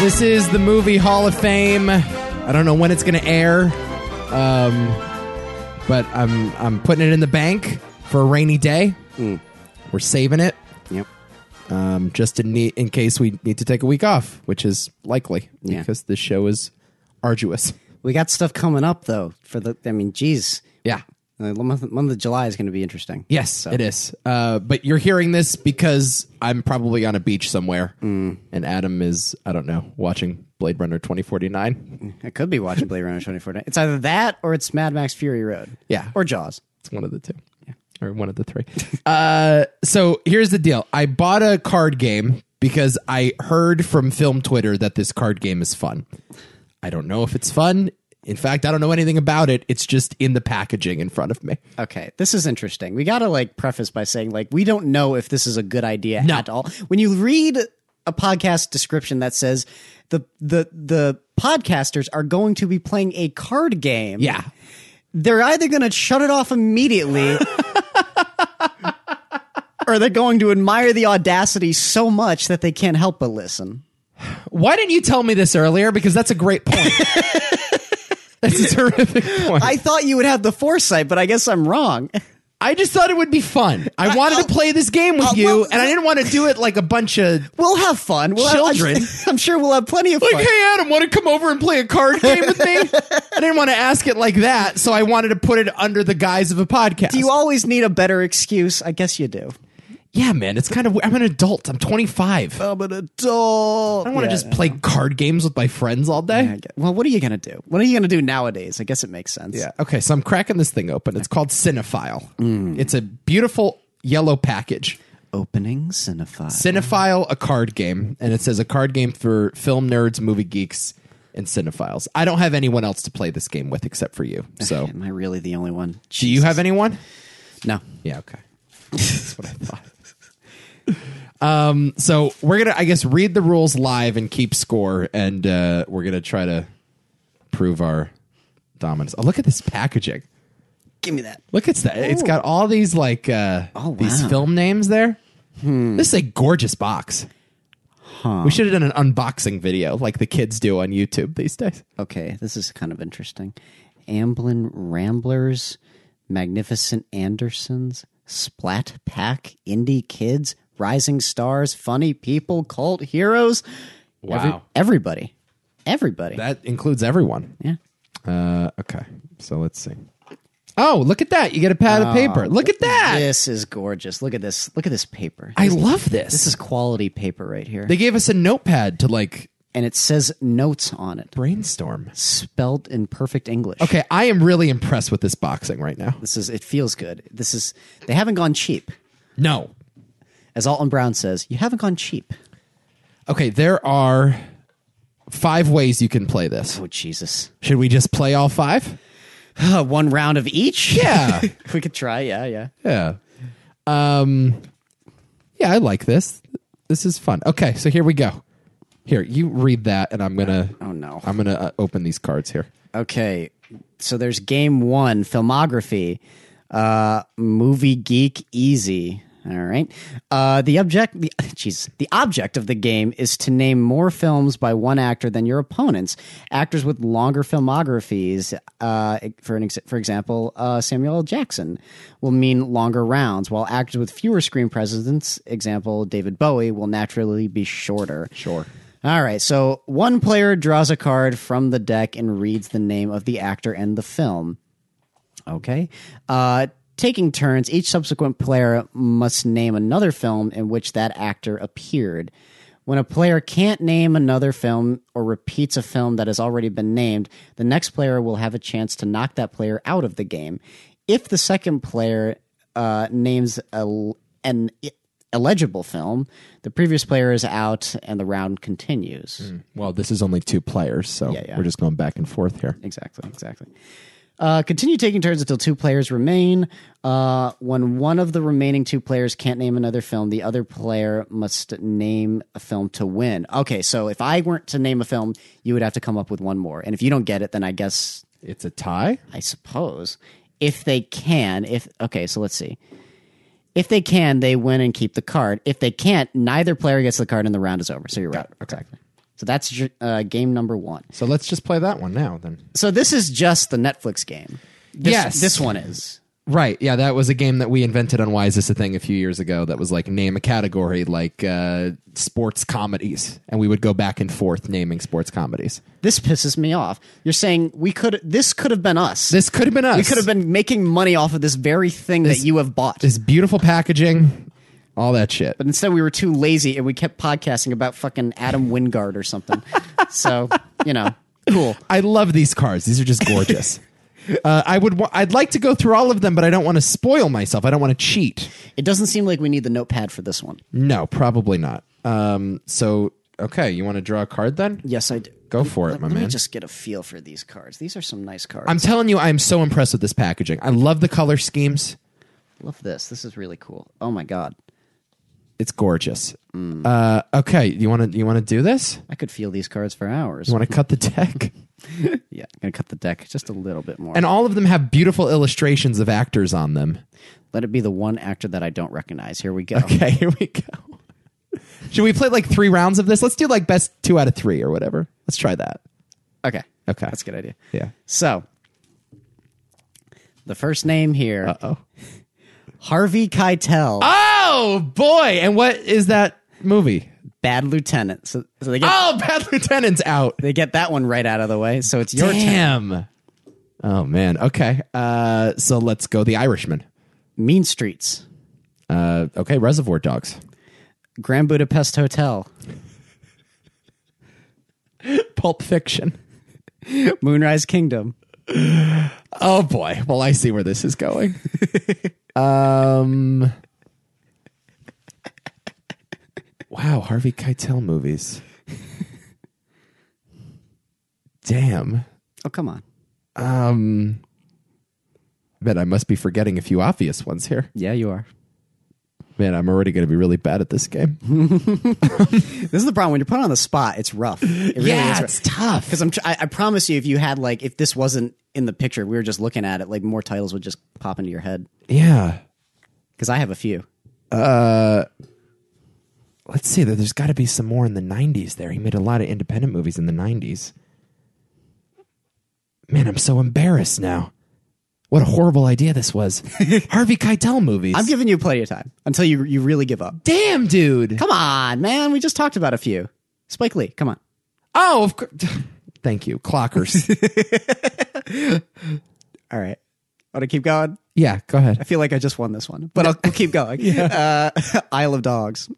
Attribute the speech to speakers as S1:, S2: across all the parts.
S1: This is the movie Hall of Fame. I don't know when it's going to air, um, but I'm I'm putting it in the bank for a rainy day. We're saving it
S2: Yep.
S1: um, just in need, in case we need to take a week off, which is likely
S2: Yeah.
S1: because this show is arduous.
S2: We got stuff coming up though. For the, I mean, geez,
S1: Yeah.
S2: the month, month of July is going to be interesting.
S1: Yes, it is. Uh, but you're hearing this because I'm probably on a beach somewhere, and Adam is I don't know watching Blade Runner 2049.
S2: I could be watching Blade Runner 2049. It's either that or it's Mad Max Fury Road.
S1: Yeah.
S2: Or Jaws.
S1: It's one of the two. Or one of the three. uh, so here's the deal. I bought a card game because I heard from film Twitter that this card game is fun. I don't know if it's fun. In fact, I don't know anything about it. It's just in the packaging in front of me.
S2: Okay, this is interesting. We got to like preface by saying like we don't know if this is a good idea at all. When you read a podcast description that says the the the podcasters are going to be playing a card game,
S1: Yeah.
S2: they're either going to shut it off immediately or they're going to admire the audacity so much that they can't help but listen.
S1: Why didn't you tell me this earlier? Because that's a great point. that's a terrific point. I,
S2: I thought you would have the foresight, but I guess I'm wrong.
S1: just thought it would be fun. I, oh, wanted to play this game with
S2: I'll-
S1: you,
S2: well-
S1: and I didn't want to do it like a bunch of
S2: We'll have fun. We'll have-
S1: Children.
S2: I'm sure we'll have plenty of fun.
S1: like, hey, Adam, want to come over and play a card game with me? I didn't want to ask it like that, so I wanted to put it under the guise of a podcast.
S2: Do you always need a better excuse? I guess you do.
S1: yeah, man, it's kind of. I'm an adult. I'm 25. I
S2: I'm an adult.
S1: don't want to just play card games with my friends all day.
S2: Well, what are you gonna do? What are you gonna do nowadays? I guess it makes sense.
S1: Okay, so I'm cracking this thing open. It's called Cinephile.
S2: Mm.
S1: It's a beautiful yellow package.
S2: Opening cinephile.
S1: Cinephile, a card game, and it says a card game for film nerds, movie geeks, and cinephiles. I don't have anyone else to play this game with except for you. So,
S2: Am I really the only one?
S1: do you have anyone?
S2: No.
S1: Yeah, okay. That's what I thought. um, so we're gonna, I guess, read the rules live and keep score, and uh, we're gonna try to prove our dominance. Oh, look at this packaging!
S2: Give me that.
S1: Look, it's that. It's got all these like uh,
S2: Oh,
S1: these
S2: wow.
S1: film names there. This is a gorgeous box. We should have done an unboxing video like the kids do on YouTube these days.
S2: Okay, this is kind of interesting. Amblin Ramblers, Magnificent Andersons, Splat Pack, Indie Kids, Rising Stars, Funny People, Cult Heroes. Every-
S1: Wow.
S2: everybody. Everybody.
S1: That includes everyone.
S2: yeah.
S1: Uh, okay, so let's see. Oh, look at that! You get a pad of paper. Look at that!
S2: This is gorgeous. Look at this. Look at this paper.
S1: I love this.
S2: this is quality paper right here.
S1: They gave us a notepad to like
S2: and it says notes on it,
S1: brainstorm.
S2: spelled in perfect English.
S1: Okay, I am really impressed with this boxing right now.
S2: This is it feels good. This is they haven't gone cheap.
S1: No.
S2: As Alton Brown says, you haven't gone cheap.
S1: Okay, there are five ways you can play this.
S2: Oh Jesus.
S1: Should we just play all five?
S2: Uh, one round of each?
S1: Yeah.
S2: we could try, yeah, yeah.
S1: yeah. Um Yeah, I like this. This is fun. Okay, so here we go. Here, you read that and I'm going to
S2: Oh, no.
S1: I'm going to uh, open these cards here.
S2: Okay. So there's game one, filmography, uh, movie geek easy. All right. Uh, the object, the, jeez, the object of the game is to name more films by one actor than your opponents. Actors with longer filmographies, uh, for an ex- for example, uh, Samuel L. Jackson, will mean longer rounds, while actors with fewer screen presence, example David Bowie, will naturally be shorter.
S1: Sure.
S2: All right, so one player draws a card from the deck and reads the name of the actor and the film. Okay. Uh, taking turns, each subsequent player must name another film in which that actor appeared. When a player can't name another film or repeats a film that has already been named, the next player will have a chance to knock that player out of the game. If the second player uh, names a, an eligible film, the previous player is out and the round continues.
S1: Mm. Well, this is only two players, so
S2: yeah.
S1: we're just going back and forth here.
S2: Exactly, exactly. Uh, continue taking turns until two players remain. Uh, when one of the remaining two players can't name another film, the other player must name a film to win. Okay, so if I weren't to name a film, you would have to come up with one more. And if you don't get it, then I guess,
S1: It's a tie?
S2: I suppose, if they can, if, okay, so let's see. If they can, they win and keep the card. If they can't, neither player gets the card and the round is over. So you're right. Exactly. So that's your, uh, game number one.
S1: So let's just play that one now then.
S2: So this is just the Netflix game. This,
S1: Yes.
S2: this one is.
S1: Right. Yeah, that was a game that we invented on Why Is This a Thing a few years ago that was like name a category like uh, sports comedies. And we would go back and forth naming sports comedies.
S2: This pisses me off. You're saying we could. This could have been us.
S1: This could have been us.
S2: we could have been making money off of this very thing that you have bought.
S1: This beautiful packaging, all that shit.
S2: But instead, we were too lazy and we kept podcasting about fucking Adam Wingard or something. so you know, cool.
S1: I love these cars. These are just gorgeous. uh, I would. Wa- I'd like to go through all of them, but I don't want to spoil myself. I don't want to cheat.
S2: It doesn't seem like we need the notepad for this one.
S1: No, probably not. Um, so okay, you want to draw a card then?
S2: Yes, I do.
S1: Go for it, my
S2: Let me
S1: man.
S2: just get a feel for these cards. These are some nice cards.
S1: I'm telling you, I am so impressed with this packaging. I love the color schemes.
S2: Love this. This is really cool. Oh my god,
S1: It's gorgeous. Uh, okay, you want to you want to do this?
S2: I could feel these cards for
S1: You
S2: hours.
S1: want to cut the deck?
S2: Yeah, I'm gonna cut the deck just a little bit more.
S1: And all of them have beautiful illustrations of actors on them.
S2: Let it be the one actor that I don't recognize. Here we go.
S1: Okay, here we go. Should we play like three rounds of this? Let's do like best two out of three or whatever. Let's try that.
S2: Okay.
S1: Okay.
S2: That's a good idea.
S1: Yeah.
S2: So, the first name here,
S1: Oh.
S2: Harvey Keitel,
S1: Oh boy! And what is that movie?
S2: Bad Lieutenant. So, so they get
S1: Oh, Bad Lieutenant's out.
S2: they get that one right out of the way. So it's your turn.
S1: Damn. Oh man. Okay. Uh, so let's go. The Irishman.
S2: Mean Streets,
S1: Uh, okay. Reservoir Dogs.
S2: Grand Budapest Hotel,
S1: Pulp Fiction.
S2: Moonrise Kingdom,
S1: Oh boy. Well, I see where this is going. um. Wow, Harvey Keitel movies. Damn. Um,
S2: Oh, come on.
S1: Man, I must be forgetting a few obvious ones here.
S2: Yeah, you are.
S1: Man, I'm already going to be really bad at this game.
S2: This is the problem. When you're put on the spot, it's rough. It really is rough.
S1: tough.
S2: Because I'm, tr- I, I promise you, if you had like, if this wasn't in the picture, we were just looking at it, like more titles would just pop into your head.
S1: Yeah.
S2: Because I have a few.
S1: Let's see. There's got to be some more in the 90s there. He made a lot of independent movies in the 90s. Man, I'm so embarrassed now. What a horrible idea this was. Harvey Keitel movies.
S2: I'm giving you plenty of time until you you really give up.
S1: Damn, dude.
S2: Come on, man. We just talked about a few. Spike Lee, come on.
S1: Oh, of course. Thank you. Clockers.
S2: All right. Want to keep going?
S1: yeah, go
S2: I
S1: ahead.
S2: feel like I just won this one, but I'll, I'll keep going. uh, Isle of Dogs.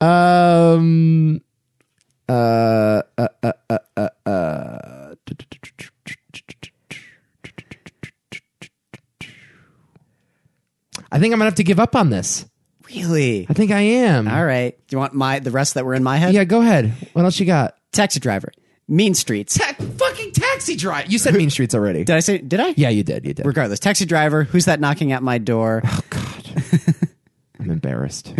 S1: Um. Uh. Uh. Uh. Uh. uh. I think I'm gonna have to give up on this.
S2: Really?
S1: I think I am.
S2: All right. Do you want my the rest that were in my head?
S1: Yeah, go ahead. What else you got?
S2: Taxi driver. Mean Streets.
S1: Ta- fucking taxi drive. You said Mean Streets already.
S2: Did I say? Did I?
S1: yeah, you did. You did.
S2: Regardless, taxi driver. Who's that knocking at my door?
S1: oh God, I'm embarrassed.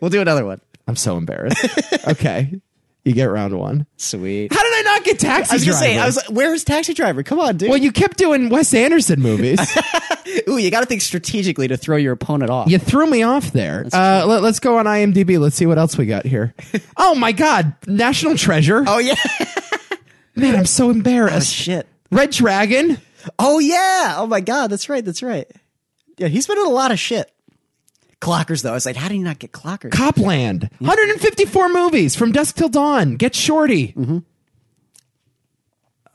S2: we'll do another one.
S1: I'm so embarrassed. Okay, you get round one.
S2: Sweet.
S1: How did I not get taxi?
S2: I was gonna say.
S1: Driver?
S2: I was like, where's taxi driver? Come on, dude.
S1: Well, you kept doing Wes Anderson movies.
S2: Ooh, you got to think strategically to throw your opponent off.
S1: you threw me off there. Uh, let, us go on IMDb. Let's see what else we got here. Oh my God, National Treasure.
S2: Oh yeah.
S1: man, I'm so embarrassed.
S2: Shit.
S1: Red Dragon.
S2: Oh yeah! Oh my god, that's right, that's right. Yeah, he's been in a lot of shit. Clockers though, I was like, how do you not get clockers?
S1: Copland. 154 movies from dusk till dawn. Get shorty.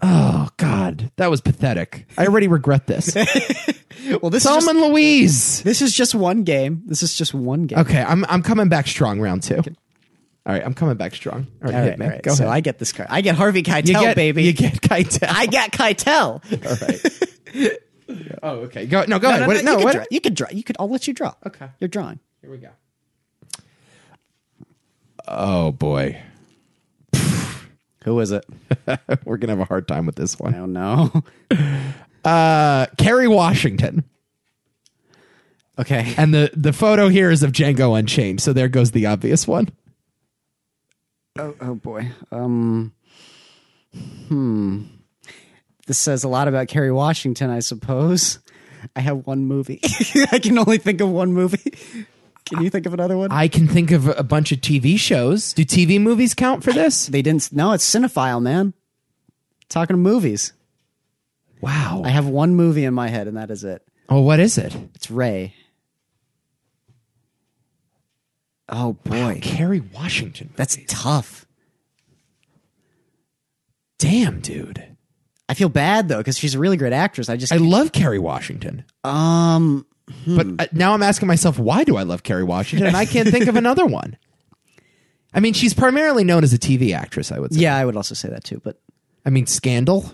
S1: Oh God, that was pathetic. I already regret this.
S2: well, this is just,
S1: Thelma and Louise.
S2: this is just one game. This is just one game.
S1: Okay, I'm I'm coming back strong. Round two. All right, I'm coming back strong. All right,
S2: All
S1: hit
S2: right,
S1: me.
S2: all right.
S1: Go
S2: so
S1: ahead.
S2: I get this card. I get Harvey Keitel,
S1: you get,
S2: baby.
S1: You get Keitel.
S2: I got Keitel.
S1: All right. oh, okay. Go. No, go ahead. what,
S2: you,
S1: no
S2: could
S1: what?
S2: Draw, you could draw. You could. I'll let you draw.
S1: Okay.
S2: you're drawing.
S1: Here we go. Oh boy,
S2: Who is it?
S1: we're gonna have a hard time with this
S2: I
S1: one.
S2: don't know.
S1: Uh, Kerry Washington.
S2: Okay,
S1: And the the photo here is of Django Unchained. So there goes the obvious one.
S2: Oh, oh boy. Um, hmm. This says a lot about Kerry Washington, I suppose. I have one movie. I can only think of one movie. Can you think of another one?
S1: I can think of a bunch of TV shows. Do TV movies count for this?
S2: they didn't. No, it's cinephile, man. Talking to movies.
S1: Wow.
S2: I have one movie in my head, and that is it.
S1: Oh, what is it?
S2: It's Ray. Oh boy,
S1: Carrie Washington.
S2: that's tough.
S1: Damn, dude.
S2: I feel bad though because she's a really great actress. I just
S1: I love Carrie Washington.
S2: um
S1: But uh, now I'm asking myself, why do I love Carrie Washington? And I can't think of another one. I mean, she's primarily known as a TV actress, I would say.
S2: yeah, I would also say that too. But
S1: I mean, Scandal.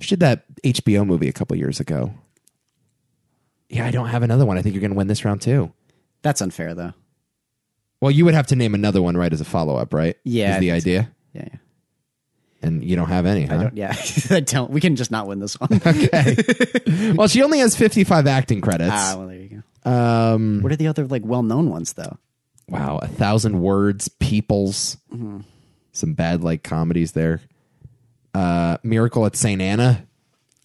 S1: She did that HBO movie a couple years ago. Yeah, I don't have another one. I think you're going to win this round too.
S2: that's unfair though.
S1: Well, you would have to name another one, right, as a follow up, right?
S2: Yeah,
S1: Is
S2: I
S1: the
S2: think so.
S1: idea.
S2: Yeah, yeah.
S1: And you don't have any, huh?
S2: Don't- yeah. I don't. We can just not win this one.
S1: well, she only has 55 acting credits.
S2: ah, well there you go. Um, what are the other like well-known ones though?
S1: wow, a thousand words, peoples.
S2: Mm-hmm.
S1: Some bad like comedies there. Uh, Miracle at St. Anna.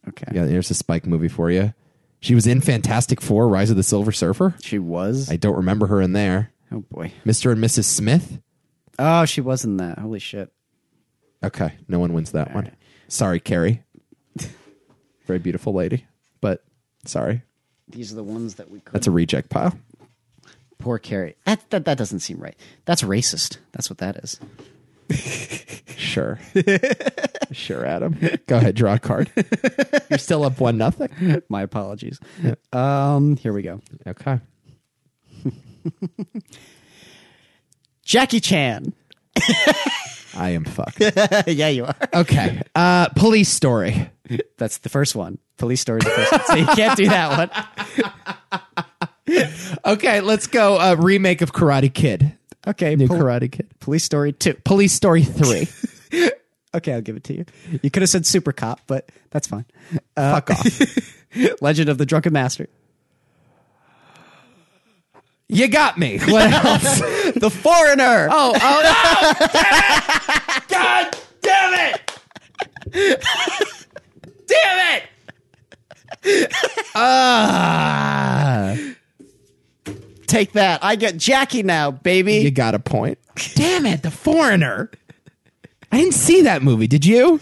S2: Okay,
S1: Yeah, here's a Spike movie for you. She was in Fantastic Four, Rise of the Silver Surfer.
S2: she was.
S1: I don't remember her in there.
S2: oh boy.
S1: Mr. and Mrs. Smith.
S2: Oh, she was in that. Holy shit.
S1: Okay, no one wins that one. Sorry, Carrie. Very beautiful lady, but sorry.
S2: These are the ones that we could.
S1: That's a reject pile.
S2: Poor Carrie. That, that that doesn't seem right. That's racist. That's what that is.
S1: Sure. sure, Adam. Go ahead, draw a card. You're still up one nothing.
S2: My apologies. Um, here we go.
S1: Okay.
S2: Jackie Chan.
S1: I am fucked.
S2: yeah, you are.
S1: Okay. Uh police story.
S2: That's the first one. Police story is the first one. So you can't do that one.
S1: Okay, let's go uh remake of Karate Kid.
S2: Okay.
S1: New
S2: pol-
S1: Karate Kid.
S2: police story two.
S1: Police Story 3.
S2: Okay, I'll give it to you. You could have said Super Cop, but that's fine.
S1: Fuck off.
S2: Legend of the Drunken Master.
S1: You got me. What else?
S2: The Foreigner.
S1: Oh, oh no! God damn it! Damn it! Ah!
S2: Take that. I get Jackie now, baby.
S1: you got a point. Damn it, the foreigner. I didn't see that movie. Did you?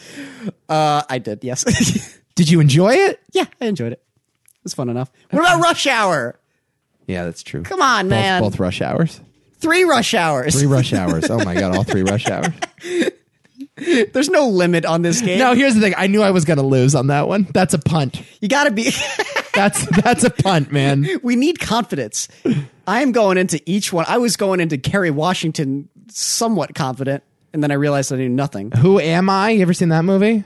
S2: uh, I did, yes.
S1: Did you enjoy it?
S2: yeah, I enjoyed it. It was fun enough. What about Rush Hour?
S1: Yeah, that's true.
S2: Come on,
S1: both,
S2: man.
S1: Both rush hours.
S2: Three Rush Hours.
S1: Three rush hours. Oh my god, all three rush hours.
S2: There's no limit on this game.
S1: No, here's the thing. I knew I was gonna lose on that one. That's a punt.
S2: You gotta be.
S1: That's that's a punt, man.
S2: we need confidence. I am going into each one. I was going into Kerry Washington somewhat confident, and then I realized I knew nothing.
S1: Who am I? You ever seen that movie?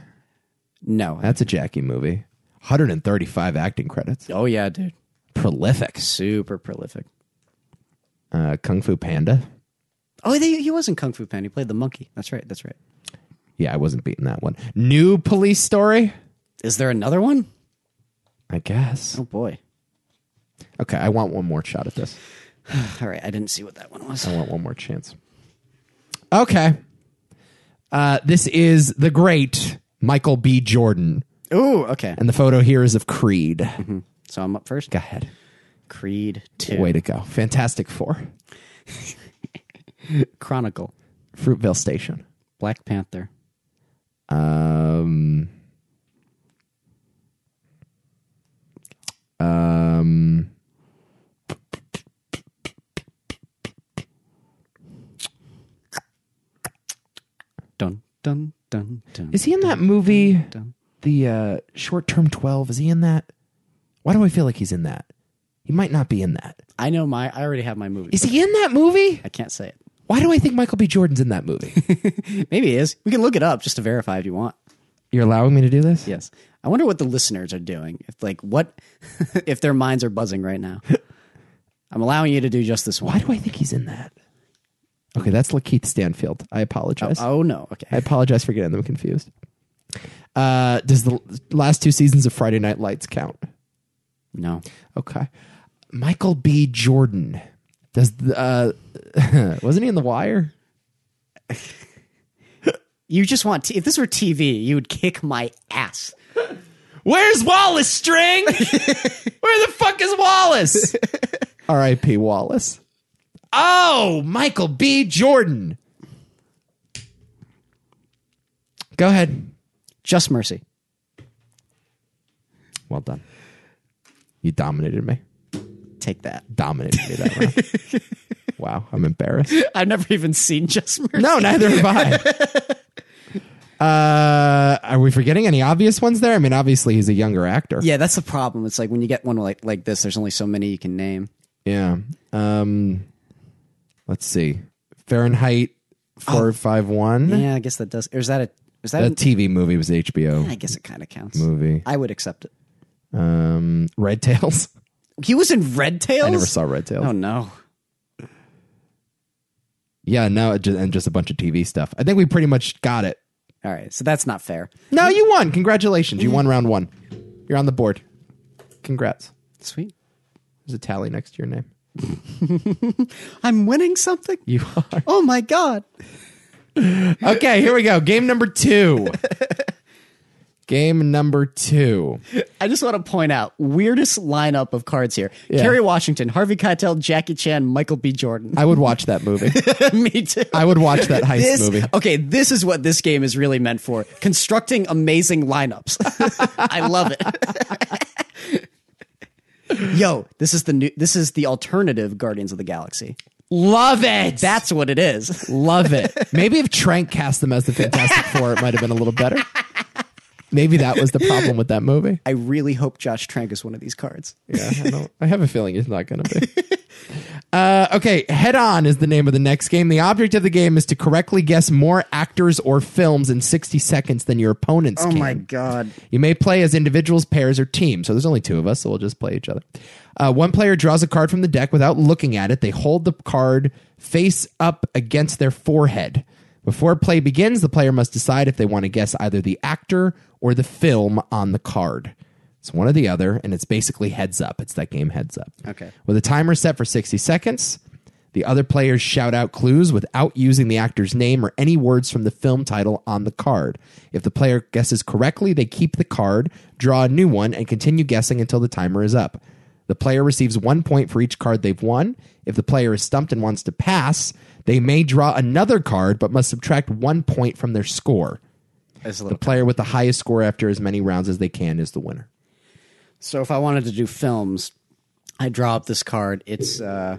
S2: No.
S1: That's a Jackie movie. 135 acting credits.
S2: Oh yeah, dude.
S1: Prolific.
S2: Super prolific.
S1: Uh, Kung Fu Panda.
S2: Oh, they, he wasn't Kung Fu Panda. He played the monkey. That's right. That's right.
S1: Yeah, I wasn't beating that one. New police story?
S2: Is there another one?
S1: I guess.
S2: Oh boy.
S1: Okay, I want one more shot at this.
S2: All right. I didn't see what that one was.
S1: I want one more chance. Okay. Uh, this is the great Michael B. Jordan.
S2: Ooh. Okay.
S1: And the photo here is of Creed.
S2: Mm-hmm. So I'm up first.
S1: Go ahead.
S2: Creed Two.
S1: Way to go. Fantastic Four.
S2: Chronicle.
S1: Fruitvale Station.
S2: Black Panther.
S1: Um, um,
S2: Dun dun dun dun.
S1: is he in that movie? The uh, short term twelve. Is he in that? Why do I feel like he's in that? He might not be in that.
S2: I know my. I already have my movie.
S1: Is he in that movie?
S2: I can't say it.
S1: Why do I think Michael B. Jordan's in that movie?
S2: Maybe he is. We can look it up just to verify if you want.
S1: You're allowing me to do this?
S2: Yes. I wonder what the listeners are doing. If like what if their minds are buzzing right now. I'm allowing you to do just this
S1: Why
S2: one.
S1: do I think he's in that? Okay, that's Lakeith Stanfield. I apologize.
S2: Oh no.
S1: I
S2: Okay.
S1: apologize for getting them confused. Uh, does the last two seasons of Friday Night Lights count?
S2: No.
S1: Okay. Michael B. Jordan. Does the, uh, wasn't he in The Wire?
S2: You just want t- if this were TV, you would kick my ass.
S1: Where's Wallace String? Where the fuck is Wallace? R.I.P. Wallace. Oh, Michael B. Jordan. Go ahead.
S2: Just Mercy.
S1: Well done. You dominated me.
S2: Take that.
S1: Dominated me that round. wow, I'm embarrassed.
S2: I've never even seen Just Mercy.
S1: No, neither have I. Uh, are we forgetting any obvious ones there? I mean, obviously he's a younger actor.
S2: Yeah, that's the problem. It's like when you get one like like this, there's only so many you can name.
S1: Yeah. Um, let's see. Fahrenheit four five one.
S2: Yeah, I guess that does. Or is that a? Is that?
S1: That
S2: an-
S1: TV movie was
S2: I
S1: HBO
S2: guess it kind of counts.
S1: movie.
S2: I would accept it.
S1: Um, Red Tails.
S2: He was in Red Tails.
S1: I never saw Red Tails.
S2: Oh no.
S1: Yeah, no, it ju- and just a bunch of TV stuff. I think we pretty much got it.
S2: All right, so that's not fair.
S1: No, you won. Congratulations. You won round one. You're on the board. Congrats.
S2: Sweet.
S1: There's a tally next to your name.
S2: I'm winning something.
S1: You are.
S2: Oh my god.
S1: Okay, here we go. Game number two. Game number two.
S2: I just want to point out weirdest lineup of cards here:
S1: Yeah.
S2: Kerry Washington, Harvey Keitel, Jackie Chan, Michael B. Jordan.
S1: I would watch that movie.
S2: Me too.
S1: I would watch that heist
S2: this,
S1: movie.
S2: Okay, this is what this game is really meant for: constructing amazing lineups. I love it. Yo, this is the new. This is the alternative Guardians of the Galaxy.
S1: Love it.
S2: That's what it is.
S1: Love it. Maybe if Trank cast them as the Fantastic Four, it might have been a little better. Maybe that was the problem with that movie.
S2: I really hope Josh Trank is one of these cards.
S1: Yeah, I, don't, I have a feeling it's not going to be. Uh, okay, Head On is the name of the next game. The object of the game is to correctly guess more actors or films in 60 seconds than your opponents
S2: Oh
S1: can.
S2: god.
S1: You may play as individuals, pairs, or teams. So there's only two of us, so we'll just play each other. Uh, one player draws a card from the deck without looking at it. They hold the card face up against their forehead. Before play begins, the player must decide if they want to guess either the actor or the film on the card. It's one or the other, and it's basically heads up. It's that game heads up.
S2: Okay.
S1: With a timer set for 60 seconds, the other players shout out clues without using the actor's name or any words from the film title on the card. If the player guesses correctly, they keep the card, draw a new one, and continue guessing until the timer is up. The player receives one point for each card they've won. If the player is stumped and wants to pass, they may draw another card but must subtract one point from their score.
S2: That's
S1: The
S2: a little.
S1: player with the highest score after as many rounds as they can is the winner.
S2: So if I wanted to do films, I draw up this card. It's uh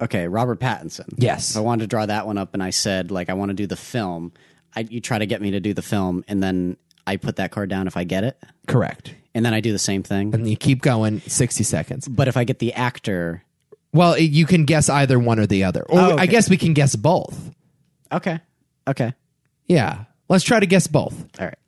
S2: okay, Robert Pattinson.
S1: Yes.
S2: If I wanted to draw that one up and I said like I want to do the film, I, you try to get me to do the film and then I put that card down if I get it.
S1: Correct.
S2: And then I do the same thing.
S1: And you keep going 60 seconds.
S2: But if I get the actor,
S1: Well, it- you can guess either one or the other. Or
S2: Oh, okay.
S1: I guess we can guess both.
S2: okay. Okay.
S1: Yeah. Let's try to guess both.
S2: All right.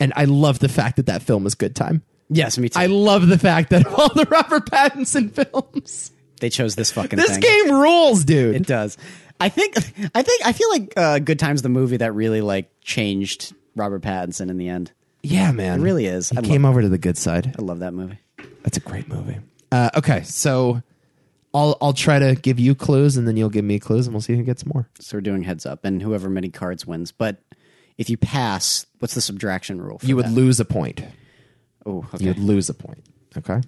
S1: And I love the fact that that film is Good Time.
S2: Yes, me too.
S1: I love the fact that all the Robert Pattinson films.
S2: they chose this fucking
S1: This
S2: thing.
S1: game rules, dude.
S2: It does. I think I think I feel like uh, Good Times the movie that really like changed Robert Pattinson in the end.
S1: yeah, man. It
S2: really is.
S1: He
S2: I love-
S1: came over to the good side.
S2: I love that movie.
S1: That's a great movie. Uh, okay, so I'll I'll try to give you clues and then you'll give me clues and we'll see who gets more.
S2: So we're doing heads up, and whoever many cards wins. But if you pass, what's the subtraction rule? For
S1: You would
S2: that?
S1: lose a point.
S2: Oh, okay.
S1: You would lose a point. Okay.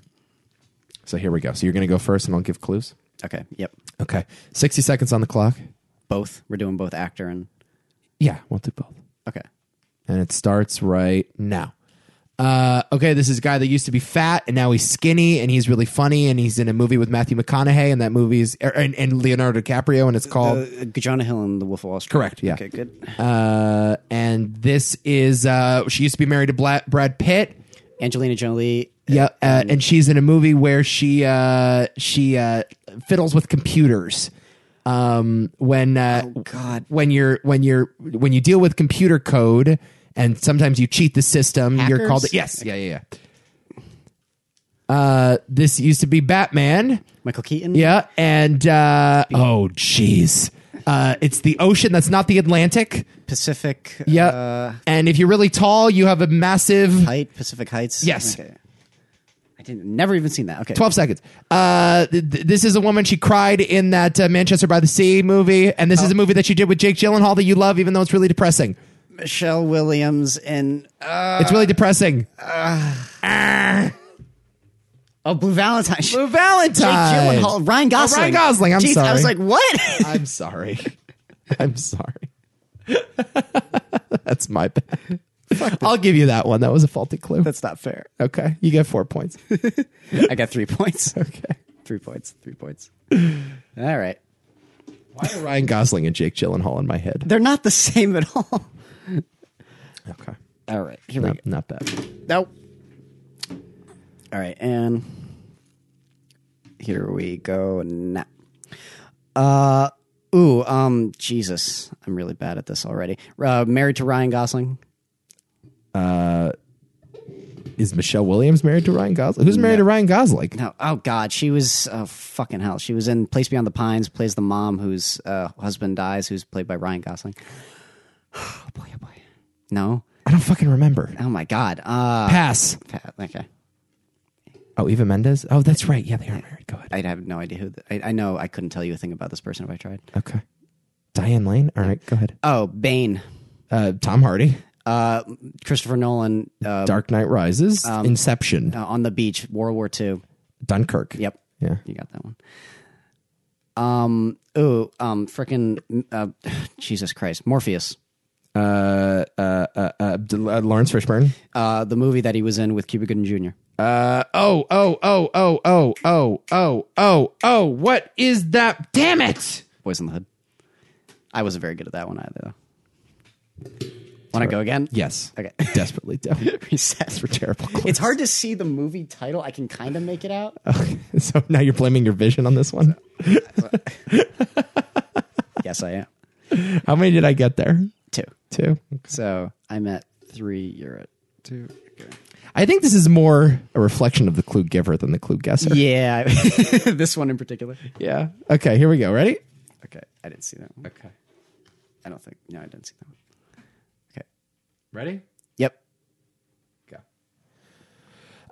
S1: So here we go. So you're going to go first and I'll give clues.
S2: Okay. Yep.
S1: Okay. 60 seconds on the clock.
S2: Both. We're doing both actor and.
S1: Yeah, we'll do both.
S2: Okay.
S1: And it starts right now. Uh, okay, this is a guy that used to be fat and now he's skinny and he's really funny and he's in a movie with Matthew McConaughey and that movie's er, and, and Leonardo DiCaprio and it's called
S2: Uh, Jonah Hill and The Wolf of Wall Street.
S1: Correct, yeah.
S2: Okay. Good.
S1: uh, and this is uh, she used to be married to Bla- Brad Pitt.
S2: Angelina Jolie.
S1: Yeah, uh, and she's in a movie where she uh, she uh, fiddles with computers. Um, when uh,
S2: God.
S1: when you're when you're when you deal with computer code and sometimes you cheat the system, you're
S2: Hackers?
S1: called yes, yeah, yeah, yeah. Uh, this used to be Batman.
S2: Michael Keaton.
S1: Yeah, and uh, oh, jeez, uh, it's the ocean that's not the Atlantic.
S2: Pacific.
S1: Yeah,
S2: Uh,
S1: and if you're really tall, you have a massive
S2: Height. Pacific Heights.
S1: Yes.
S2: Okay. I didn't. Never even seen that. Okay.
S1: 12 seconds. Uh, th- th- this is a woman. She cried in that uh, Manchester by the Sea movie. And this is
S2: Oh.
S1: a movie that she did with Jake Gyllenhaal that you love, even though it's really depressing.
S2: Michelle Williams and. Uh,
S1: it's really depressing.
S2: Oh, Blue Valentine.
S1: Blue Valentine. Oh,
S2: Jake Gyllenhaal, Ryan Gosling.
S1: Ryan Gosling, I'm
S2: Jeez, I
S1: sorry.
S2: was like, what?
S1: I'm sorry. I'm sorry. That's my bad. I'll give you that one. That was a faulty clue.
S2: That's not fair.
S1: okay. You get four points.
S2: I got three points.
S1: Okay.
S2: three points. Three points. All right.
S1: Why are Ryan Gosling and Jake Gyllenhaal in my head?
S2: They're not the same at all.
S1: Okay.
S2: All right. Here we go.
S1: Not, not bad.
S2: Nope. All right, and here we go now. Uh, ooh, um, Jesus, I'm really bad at this already. Uh, married to Ryan Gosling.
S1: Is Michelle Williams married to Ryan Gosling? Who's married to Ryan Gosling?
S2: No, oh God, she was oh, fucking hell. She was in Place Beyond the Pines, plays the mom whose uh, husband dies, who's played by Ryan Gosling. Oh boy, oh boy. No,
S1: I don't fucking remember.
S2: oh my God. Uh,
S1: Pass.
S2: Pat, okay,
S1: Oh, Eva Mendes? Oh, that's right. Yeah, they are married. Go ahead.
S2: I have no idea who. The, I, I know I couldn't tell you a thing about this person if I tried.
S1: Okay. Diane Lane? All right, go ahead.
S2: Oh, Bane.
S1: Uh, Tom Hardy.
S2: uh, Christopher Nolan uh,
S1: Dark Knight Rises. Inception.
S2: uh, on the beach, World War II.
S1: Dunkirk.
S2: Yep,
S1: Yeah.
S2: you got that one. Um, ooh, um, freaking, uh, Jesus Christ, Morpheus,
S1: Uh, uh, uh, uh, D- uh, Lawrence Fishburne.
S2: uh, the movie that he was in with Cuba Gooding Jr.
S1: Uh, oh, oh, oh, oh, oh, oh, oh, oh, oh. What is that? Damn it!
S2: Boys in the Hood. I wasn't very good at that one either. though. Want to go again?
S1: Yes.
S2: Okay.
S1: Desperately dumb.
S2: Recess.
S1: We're terrible. clues.
S2: It's hard to see the movie title. I can kind of make it out.
S1: so now you're blaming your vision on this one.
S2: yes, I am.
S1: How many did I get there?
S2: Two.
S1: Two.
S2: So I'm at three. You're at two. Okay.
S1: I think this is more a reflection of the clue giver than the clue guesser.
S2: Yeah, this one in particular.
S1: Yeah. Okay. Here we go. Ready?
S2: Okay, I didn't see that one.
S1: Okay.
S2: I don't think. No, I didn't see that one. Okay.
S1: Ready?
S2: Yep.
S1: Go.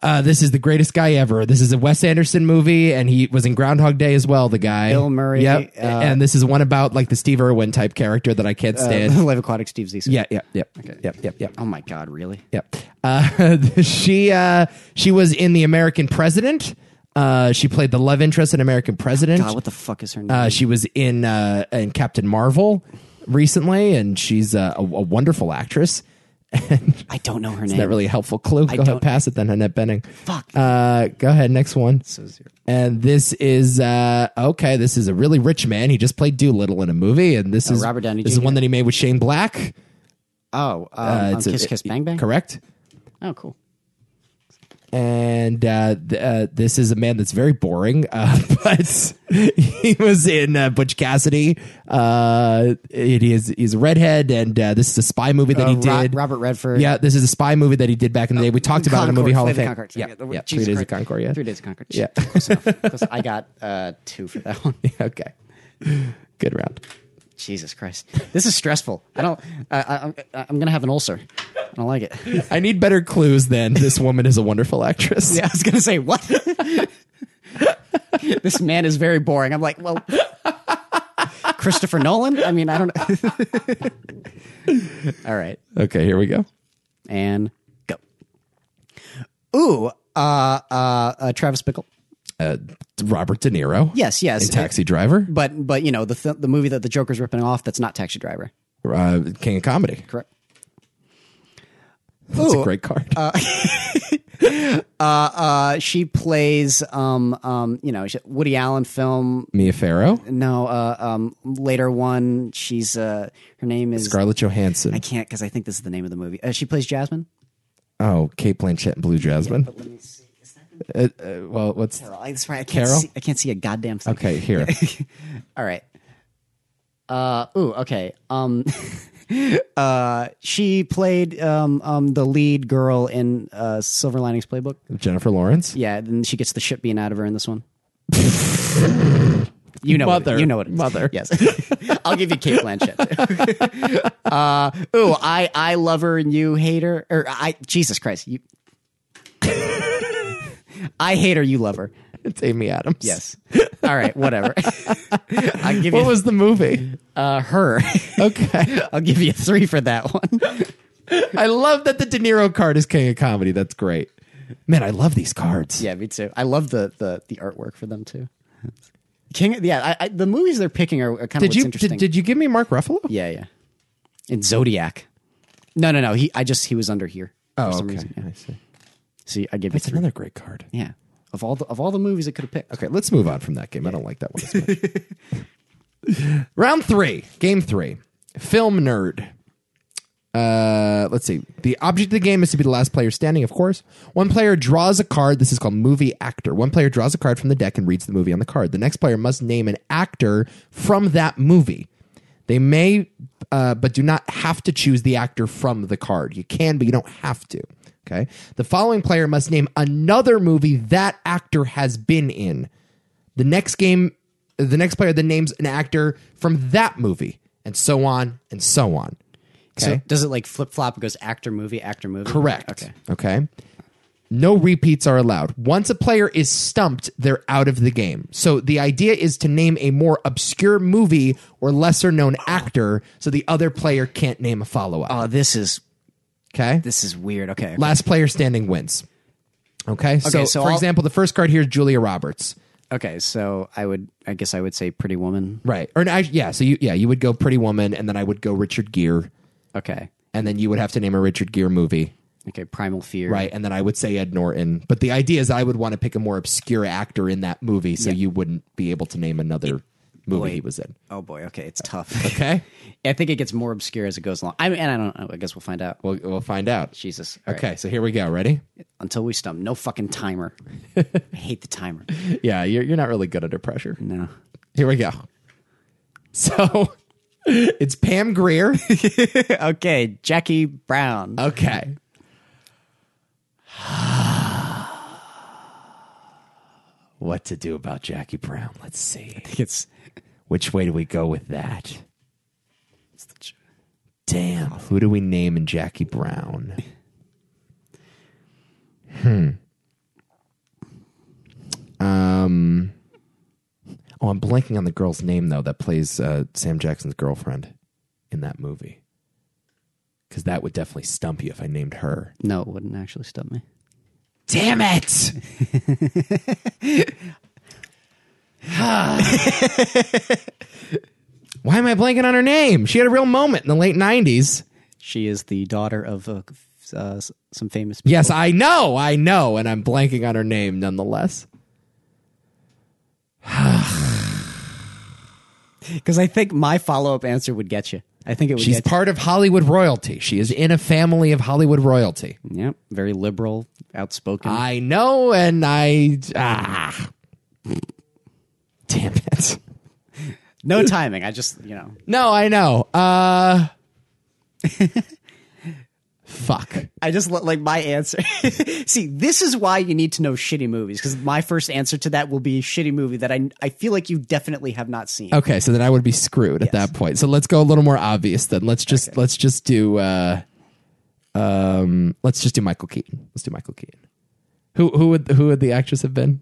S1: Uh, this is the greatest guy ever. This is a Wes Anderson movie, and he was in Groundhog Day as well. The guy,
S2: Bill Murray,
S1: Yep.
S2: uh,
S1: and this is one about like the Steve Irwin type character that I can't
S2: Uh,
S1: stand.
S2: Live Aquatic Steve Zissou.
S1: yeah. Yeah. Yep. Yep. Yep. Yep.
S2: Oh my God! Really?
S1: Yep. Uh, she uh, she was in the American President. Uh, she played the love interest in American President.
S2: God, what the fuck is her name?
S1: Uh, she was in uh, in Captain Marvel recently, and she's uh, a, a wonderful actress. And
S2: I don't know her
S1: it's not
S2: name.
S1: really a helpful clue. Go ahead,
S2: don't-
S1: pass it then, Annette Benning.
S2: Fuck.
S1: Uh, go ahead, next one.
S2: So zero.
S1: And this is uh, okay. This is a really rich man. He just played Doolittle in a movie, and this is
S2: Oh, Robert Downey
S1: This is
S2: Jr..
S1: one that he made with Shane Black.
S2: oh, um,
S1: Uh,
S2: um,
S1: it's a-
S2: Kiss Kiss Bang Bang.
S1: Correct.
S2: Oh, cool.
S1: and uh, th- uh, this is a man that's very boring, uh, but he was in uh, Butch Cassidy. Uh, it is he's a redhead, and uh, this is a spy movie that
S2: Uh,
S1: he did.
S2: Ro- Robert Redford. Oh,
S1: Yeah, this is a spy movie that he did back in the day. We talked about it in the movie
S2: Concord,
S1: Hall of
S2: Flight
S1: Fame.
S2: of Conchords.
S1: yeah,
S2: the-
S1: yeah, three
S2: Jesus
S1: days of
S2: Christ.
S1: Concord. Yeah,
S2: Three days of Concord.
S1: Yeah.
S2: Close enough. Close- I got uh, two for that one.
S1: okay, good round.
S2: Jesus Christ, this is stressful. I don't. I, I, I'm- I'm gonna have an ulcer. I don't like it.
S1: I need better clues than this woman is a wonderful actress.
S2: Yeah, I was gonna say what. this man is very boring. I'm like, well, Christopher Nolan. I mean, I don't. All right,
S1: Okay, here we go.
S2: and go. Ooh, uh, uh, uh, Travis Bickle.
S1: Uh, Robert De Niro.
S2: Yes, yes.
S1: In Taxi Driver,
S2: But but you know the th- the movie that the Joker's ripping off that's not Taxi Driver,
S1: uh, King of Comedy.
S2: correct?
S1: That's
S2: Ooh.
S1: a great card.
S2: Uh, she plays um um you know she- Woody Allen film.
S1: Mia Farrow,
S2: No, uh, um, later one. She's uh, her name is
S1: Scarlett Johansson.
S2: I can't because I think this is the name of the movie. Uh, she plays Jasmine.
S1: Oh, Kate Blanchett and Blue Jasmine.
S2: Let me see. Is that
S1: Uh, well, what's
S2: Carol? I- That's right. I can't
S1: Carol?
S2: see. I can't see a goddamn thing.
S1: okay here?
S2: All right. Uh. Ooh. Okay. Um. uh. She played um um the lead girl in uh Silver Linings Playbook.
S1: Jennifer Lawrence.
S2: Yeah. Then she gets the shit being out of her in this one. You know, What
S1: Mother.
S2: it, you know what it is.
S1: Mother.
S2: Yes, I'll give you Kate Blanchett. uh, ooh, I I love her and you hate her, or I Jesus Christ, you. I hate her. You love her.
S1: It's Amy Adams.
S2: Yes. All right. Whatever. I'll give
S1: What
S2: you
S1: was the movie?
S2: uh, her.
S1: Okay.
S2: I'll give you three for that one.
S1: I love that the De Niro card is king of comedy. That's great. Man, I love these cards.
S2: Yeah, me too. I love the the, the artwork for them too. King, yeah, I, I, the movies they're picking are, are kind of
S1: Did
S2: what's
S1: you
S2: interesting.
S1: did, did you give me Mark Ruffalo?
S2: yeah, yeah. And Zodiac. No, no, no. He, I just he was under here. for some reason.
S1: I see.
S2: See, I gave you
S1: That's
S2: three.
S1: Oh, another great card.
S2: Yeah, of all the of all the movies it could have picked.
S1: Okay, let's move on from that game. I don't like that one as much. Round three, game three, film nerd. Uh, let's see. The object of the game is to be the last player standing, of course. One player draws a card. This is called movie actor. One player draws a card from the deck and reads the movie on the card. The next player must name an actor from that movie. They may, uh, but do not have to choose the actor from the card. You can, but you don't have to. Okay. The following player must name another movie that actor has been in. The next game, the next player then names an actor from that movie, and so on and so on.
S2: So does it like flip flop? It goes actor movie, actor movie.
S1: Correct.
S2: Okay.
S1: Okay. No repeats are allowed. Once a player is stumped, they're out of the game. So the idea is to name a more obscure movie or lesser known actor so the other player can't name a follow up.
S2: Oh, this is
S1: Okay.
S2: this is weird. Okay. okay.
S1: Last player standing wins. Okay. So,
S2: so
S1: for
S2: I'll-
S1: example, the first card here is Julia Roberts.
S2: Okay, so I would, I guess I would say Pretty Woman.
S1: Right. Or no, I, yeah. So you, yeah, you would go Pretty Woman and then I would go Richard Gere
S2: Okay,
S1: and then you would have to name a Richard Gere movie.
S2: okay, Primal Fear.
S1: right? And then I would say Ed Norton. But the idea is I would want to pick a more obscure actor in that movie, so you wouldn't be able to name another movie he was in.
S2: Oh boy. Okay, it's tough.
S1: Okay,
S2: I think it gets more obscure as it goes along. I mean, and I don't know. I guess we'll find out.
S1: we'll we'll find out.
S2: Jesus. All right.
S1: Okay, so here we go. Ready?
S2: Until we stump. No fucking timer. I hate the timer.
S1: Yeah, you're you're not really good under pressure.
S2: No.
S1: Here we go. So it's Pam Greer.
S2: okay, Jackie Brown.
S1: Oh. Okay. What to do about Jackie Brown? Let's see.
S2: it's
S1: Which way do we go with that? Damn. Who do we name in Jackie Brown? Hmm. Um. Oh, I'm blanking on the girl's name though. That plays uh, Sam Jackson's girlfriend in that movie. Because that would definitely stump you if I named her.
S2: no, it wouldn't actually stump me.
S1: Damn it! Why am I blanking on her name? She had a real moment in the late 90s.
S2: She is the daughter of uh, f- uh, s- some famous. people.
S1: Yes, I know, I know, and I'm blanking on her name nonetheless.
S2: Because I think my follow up answer would get you. I think it would
S1: She's
S2: get
S1: part of Hollywood royalty. She is in a family of Hollywood royalty.
S2: you. Yep. Very liberal, outspoken.
S1: Mm. I know, and I. Ah. Damn it.
S2: no timing. I just, you know.
S1: No, I know. Uh. Fuck.
S2: I just lo- like my answer. See, this is why you need to know shitty movies because my first answer to that will be a shitty movie that I I feel like you definitely have not seen.
S1: Okay, so then I would be screwed at that point. So let's go a little more obvious then. Let's just let's just do uh um let's just do Michael Keaton. Let's do Michael Keaton. Who who would who would the actress have been?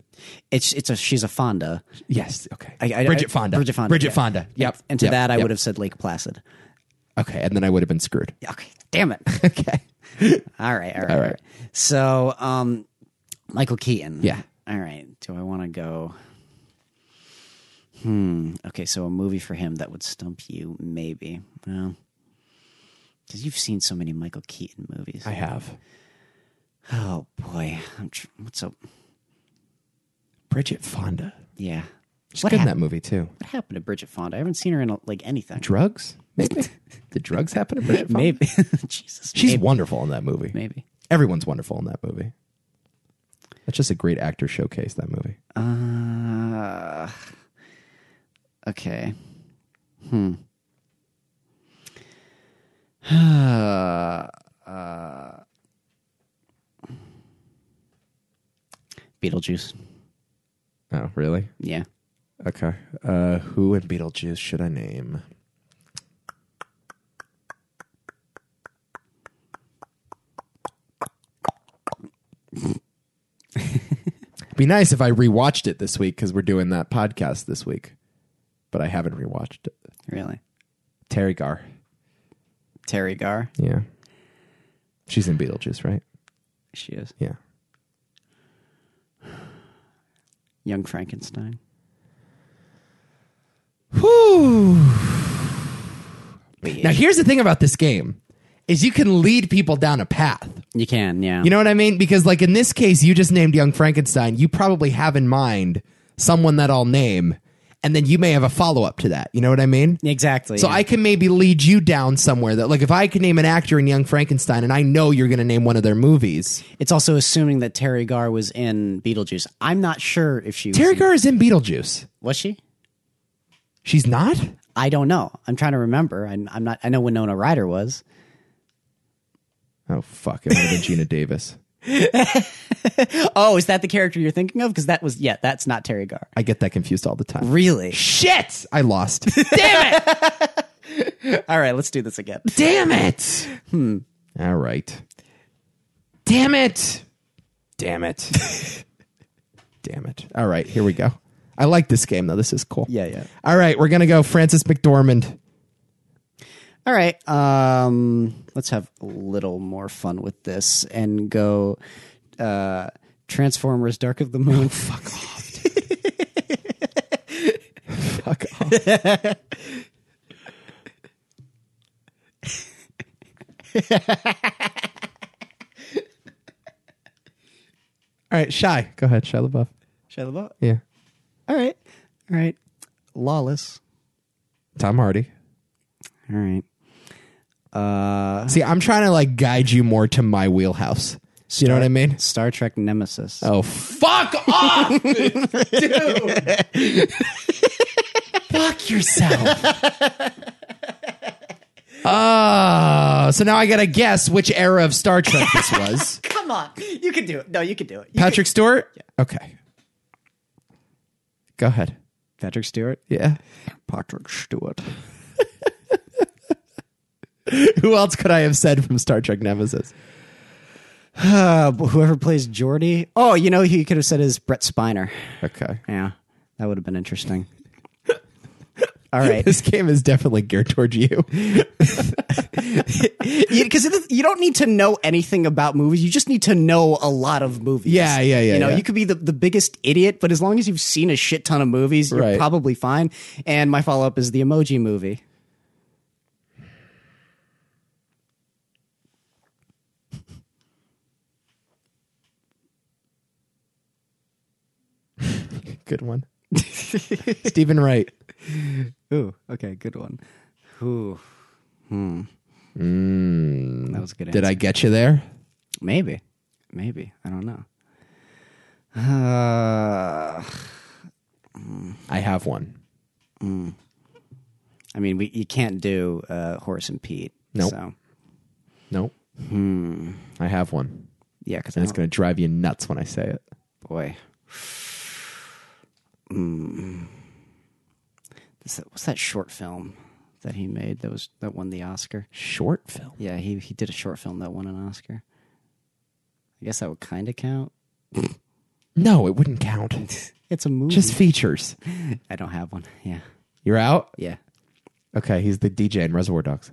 S2: It's it's a she's a Fonda.
S1: Yes, okay.
S2: I- I-
S1: Bridget
S2: I-
S1: Fonda.
S2: Bridget Fonda,
S1: Bridget
S2: yeah.
S1: Fonda. Yep.
S2: And to
S1: Yep.
S2: that, I
S1: Yep.
S2: would have said Lake Placid.
S1: Okay, and then I would have been screwed.
S2: Okay, damn it.
S1: Okay.
S2: all right, all right,
S1: All
S2: all
S1: right.
S2: right. So, um, Michael Keaton.
S1: Yeah.
S2: All right. Do I want to go? Hmm. Okay, so a movie for him that would stump you, maybe. Well, because you've seen so many Michael Keaton movies.
S1: I have.
S2: Oh boy, I'm tr- what's up?
S1: Bridget Fonda.
S2: Yeah,
S1: She's
S2: what
S1: good in
S2: happened?
S1: that movie too.
S2: What happened to Bridget Fonda? I haven't seen her in like anything.
S1: Drugs? Maybe. Did drugs happen to Bridget Fonda?
S2: Maybe Jesus.
S1: She's
S2: maybe,
S1: wonderful in that movie.
S2: maybe.
S1: Everyone's wonderful in that movie. That's just a great actor showcase, that movie.
S2: Uh, okay. Hmm. uh, Beetlejuice.
S1: Oh, really?
S2: Yeah.
S1: Okay. Uh, who in Beetlejuice should I name? Be nice if I rewatched it this week because we're doing that podcast this week, but I haven't rewatched it.
S2: Really.
S1: Terry Gar.
S2: Terry Gar.
S1: Yeah. She's in Beetlejuice, right?
S2: She is.
S1: Yeah.
S2: Young Frankenstein.
S1: Now, here's the thing about this game is you can lead people down a path.
S2: You can, yeah.
S1: You know what I mean? Because like in this case, you just named Young Frankenstein. You probably have in mind someone that I'll name, and then you may have a follow up to that. You know what I mean?
S2: exactly.
S1: So
S2: yeah.
S1: I can maybe lead you down somewhere that like if I could name an actor in Young Frankenstein, and I know you're going to name one of their movies.
S2: it's also assuming that Terry Gar was in Beetlejuice. I'm not sure if she was
S1: Terry
S2: in-
S1: Garr is in Beetlejuice.
S2: was she.
S1: She's not.
S2: I don't know. I'm trying to remember. I'm, I'm not. I know Winona Ryder was.
S1: Oh fuck! It would have been Gina Davis.
S2: Oh, is that the character you're thinking of? Because that was yeah. That's not Terry Gar.
S1: I get that confused all the time.
S2: Really?
S1: Shit! I lost.
S2: All right, let's do this again.
S1: Damn it! Hmm. All right. Damn it! Damn it! Damn it! All right, here we go. I like this game though. This is cool.
S2: Yeah, yeah.
S1: All right, we're gonna go Francis McDormand.
S2: All right. Um, let's have a little more fun with this and go uh, Transformers Dark of the Moon. fuck off.
S1: Fuck off. All right, shy. Go ahead, Shia LaBeouf. Yeah,
S2: All right. All right. Lawless.
S1: Tom Hardy.
S2: All right. Uh,
S1: See, I'm trying to like guide you more to my wheelhouse. You know what I mean?
S2: Star Trek Nemesis.
S1: Oh, fuck off, dude! fuck yourself. Oh, so now I gotta guess which era of Star Trek this was.
S2: Come on. You can do it. No, you can do it. You
S1: Patrick Stewart. Okay. Go ahead.
S2: can- Patrick Stewart.
S1: Yeah.
S2: Patrick Stewart.
S1: Who else could I have said from Star Trek Nemesis?
S2: Uh, whoever plays Geordi. Oh, you know who you could have said is Brett Spiner.
S1: Okay.
S2: Yeah, that would have been interesting. All right.
S1: This game is definitely geared toward you.
S2: because you don't need to know anything about movies. You just need to know a lot of movies.
S1: Yeah, yeah, yeah,
S2: You know,
S1: yeah.
S2: you could be the, the biggest idiot, but as long as you've seen a shit ton of movies, you're
S1: Right.
S2: probably fine. And my follow up is the Emoji Movie.
S1: Good one. Stephen Wright.
S2: Ooh, okay, good one. Ooh, hmm. that was a good.
S1: Did I get you there?
S2: Maybe, maybe I don't know. Uh,
S1: I have one.
S2: I mean, we you can't do uh, Horace and Pete.
S1: Nope.
S2: So
S1: Nope. I have one.
S2: yeah, because
S1: And it's going to drive you nuts when I say it.
S2: Boy. Mm. Is that- what's that short film that he made that was that won the Oscar?
S1: Short film.
S2: Yeah, he he did a short film that won an Oscar. I guess that would kind of count.
S1: No, it wouldn't count.
S2: It's a movie.
S1: Just features.
S2: I don't have one. Yeah.
S1: You're out?
S2: Yeah.
S1: Okay, he's the DJ in Reservoir Dogs.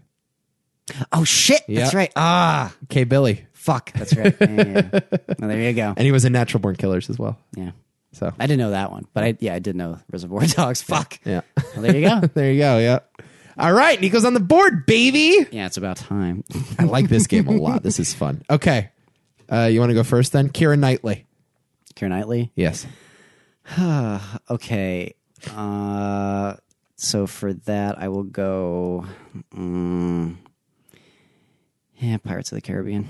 S2: Oh shit.
S1: Yep.
S2: That's right. Ah,
S1: Okay, Billy.
S2: fuck. That's right. Yeah, yeah, yeah. Well, there you go.
S1: And he was in Natural Born Killers as well.
S2: Yeah.
S1: So,
S2: I didn't know that one, but I yeah, I did know Reservoir Dogs. Fuck.
S1: yeah.
S2: Well, there you go.
S1: there you go. Yeah. All right, Nico's on the board, baby.
S2: Yeah, it's about time.
S1: I like this game a lot. This is fun. Okay. Uh, you want to go first then? Kira Knightley.
S2: Keira Knightley.
S1: Yes.
S2: okay. Uh, so for that, I will go. Mm, yeah, Pirates of the Caribbean.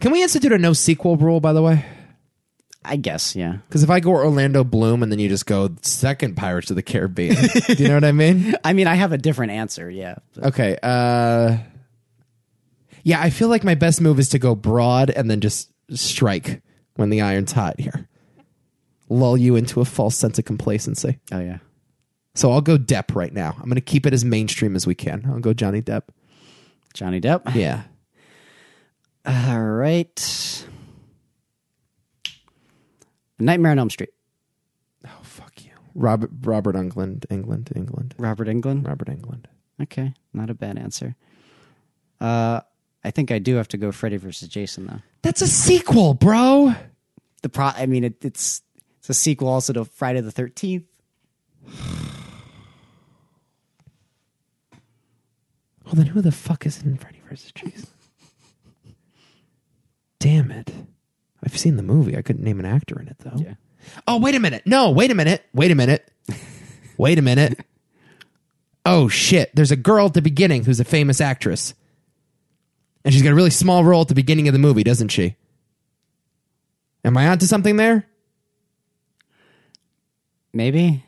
S1: Can we institute a no sequel rule, by the way?
S2: I guess. Yeah.
S1: Because if I go Orlando Bloom and then you just go second Pirates of the Caribbean, do you know what I mean?
S2: I mean, I have a different answer. Yeah. but-
S1: Okay. Uh, yeah, I feel like my best move is to go broad and then just strike when the iron's hot here. Lull you into a false sense of complacency.
S2: oh yeah.
S1: So I'll go Depp right now. I'm going to keep it as mainstream as we can. I'll go Johnny Depp.
S2: Johnny Depp.
S1: Yeah.
S2: All right. Nightmare on Elm Street.
S1: Oh, fuck you. Robert, Robert England, England, England.
S2: Robert Englund.
S1: Robert England.
S2: Okay, not a bad answer. Uh, I think I do have to go Freddy versus Jason though.
S1: That's a sequel, bro.
S2: The pro, I mean, it, it's it's a sequel also to Friday the Thirteenth.
S1: Well, then who the fuck is in Freddy vs. Jason? Damn it. I've seen the movie. I couldn't name an actor in it, though.
S2: Yeah.
S1: Oh, wait a minute. No, wait a minute. Wait a minute. wait a minute. Oh, shit. There's a girl at the beginning who's a famous actress. And she's got a really small role at the beginning of the movie, doesn't she? Am I onto something there?
S2: Maybe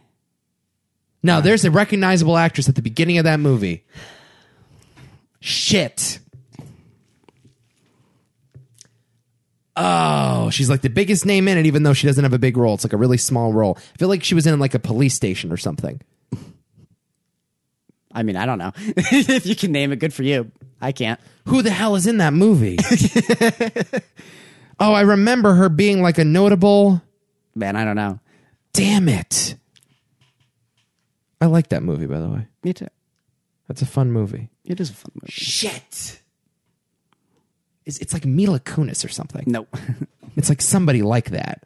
S1: No, there's a recognizable actress at the beginning of that movie. Shit. Oh, she's like the biggest name in it, even though she doesn't have a big role. It's like a really small role. I feel like she was in like a police station or something.
S2: I mean, I don't know. if you can name it, good for you. I can't.
S1: Who the hell is in that movie? oh, I remember her being like a notable.
S2: Man, I don't know.
S1: Damn it. I like that movie, by the way.
S2: Me too.
S1: That's a fun movie.
S2: It is a fun movie.
S1: Shit. It's, it's like Mila Kunis or something.
S2: No.
S1: It's like somebody like that.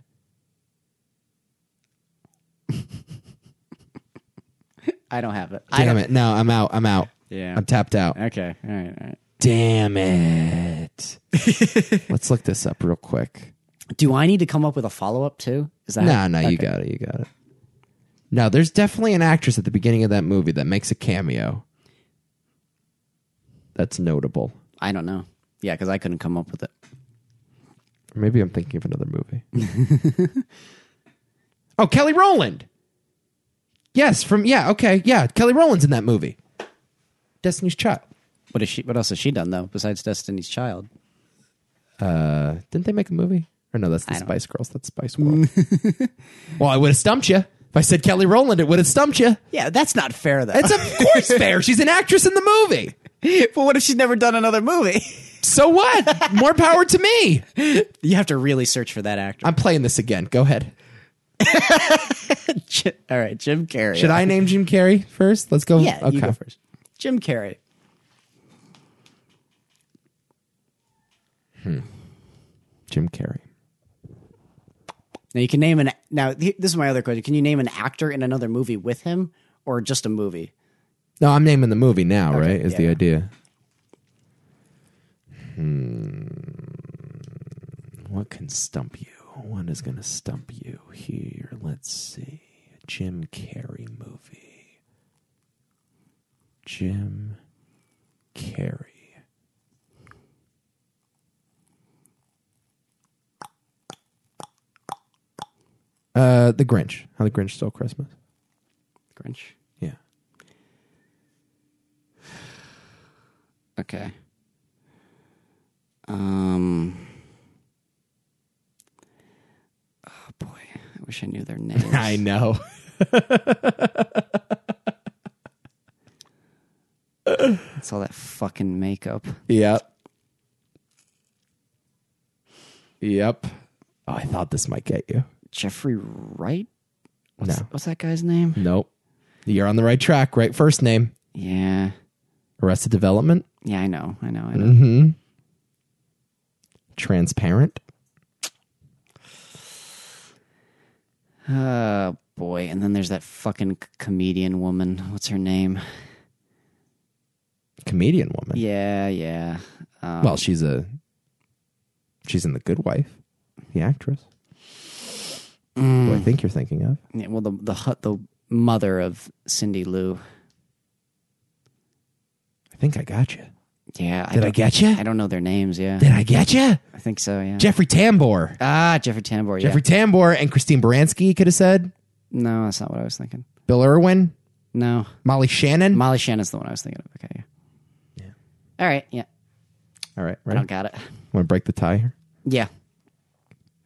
S2: I don't have it. I
S1: Damn
S2: don't.
S1: it. No, I'm out. I'm out.
S2: Yeah.
S1: I'm tapped out.
S2: Okay. All right. All right.
S1: Damn it. Let's look this up real quick.
S2: Do I need to come up with a follow up too? Is that
S1: No, no, you got it. You got it. No, there's definitely an actress at the beginning of that movie that makes a cameo. That's notable.
S2: I don't know. Yeah, because I couldn't come up with it.
S1: Or maybe I'm thinking of another movie. oh, Kelly Rowland. Yes, from yeah, okay, yeah. Kelly Rowland's in that movie. Destiny's Child.
S2: What is she? What else has she done though besides Destiny's Child?
S1: Uh, didn't they make a movie? Or no, that's the
S2: I don't-
S1: Spice Girls. That's Spice World. well, I would have stumped you if I said Kelly Rowland. It would have stumped you.
S2: Yeah, that's not fair though.
S1: It's of course fair. She's an actress in the movie.
S2: but what if she's never done another movie?
S1: So what? More power to me.
S2: you have to really search for that actor.
S1: I'm playing this again. Go ahead.
S2: All right, Jim Carrey.
S1: Should I name Jim Carrey first? Let's go.
S2: Yeah, you go first. Jim Carrey.
S1: Jim Carrey.
S2: Now you can name an. Now th- this is my other question. Can you name an actor in another movie with him, or just a movie?
S1: No, I'm naming the movie now, right? Is the
S2: yeah.
S1: idea. Hmm. What can stump you? What is going to stump you here? Let's see. A Jim Carrey movie. Jim Carrey. Uh, The Grinch. How the Grinch Stole Christmas.
S2: Grinch.
S1: Yeah.
S2: Okay. Um. Oh boy, I wish I knew their names.
S1: I know.
S2: It's all that fucking makeup.
S1: Yep. Yep. Oh, I thought this might get you.
S2: Jeffrey Wright.
S1: No.
S2: What's, what's that guy's name?
S1: Nope. You're on the right track, right? First name.
S2: Yeah.
S1: Arrested Development.
S2: Yeah, I know. I know. I know.
S1: Mm-hmm. Transparent. Mm-hmm.
S2: Oh boy, and then there's that fucking c- comedian woman. What's her name?
S1: Comedian woman.
S2: Yeah, yeah. Um,
S1: Well, she's a she's in The Good Wife, the actress. Who I think you're thinking of.
S2: yeah, well, the the hu- the mother of Cindy Lou.
S1: I think I got you.
S2: Yeah,
S1: Did I,
S2: don't-
S1: get you?
S2: I don't know their names. Yeah,
S1: Did I get you?
S2: I think so. Yeah.
S1: Jeffrey Tambor.
S2: ah, Jeffrey Tambor. Yeah.
S1: Jeffrey Tambor and Christine Baranski could have said.
S2: No, that's not what I was thinking.
S1: Bill Irwin.
S2: No,
S1: Molly Shannon.
S2: Molly Shannon's the one I was thinking of. Okay. Yeah. All right. Yeah.
S1: All right,
S2: I
S1: right.
S2: don't got it.
S1: Want to break the tie here?
S2: Yeah.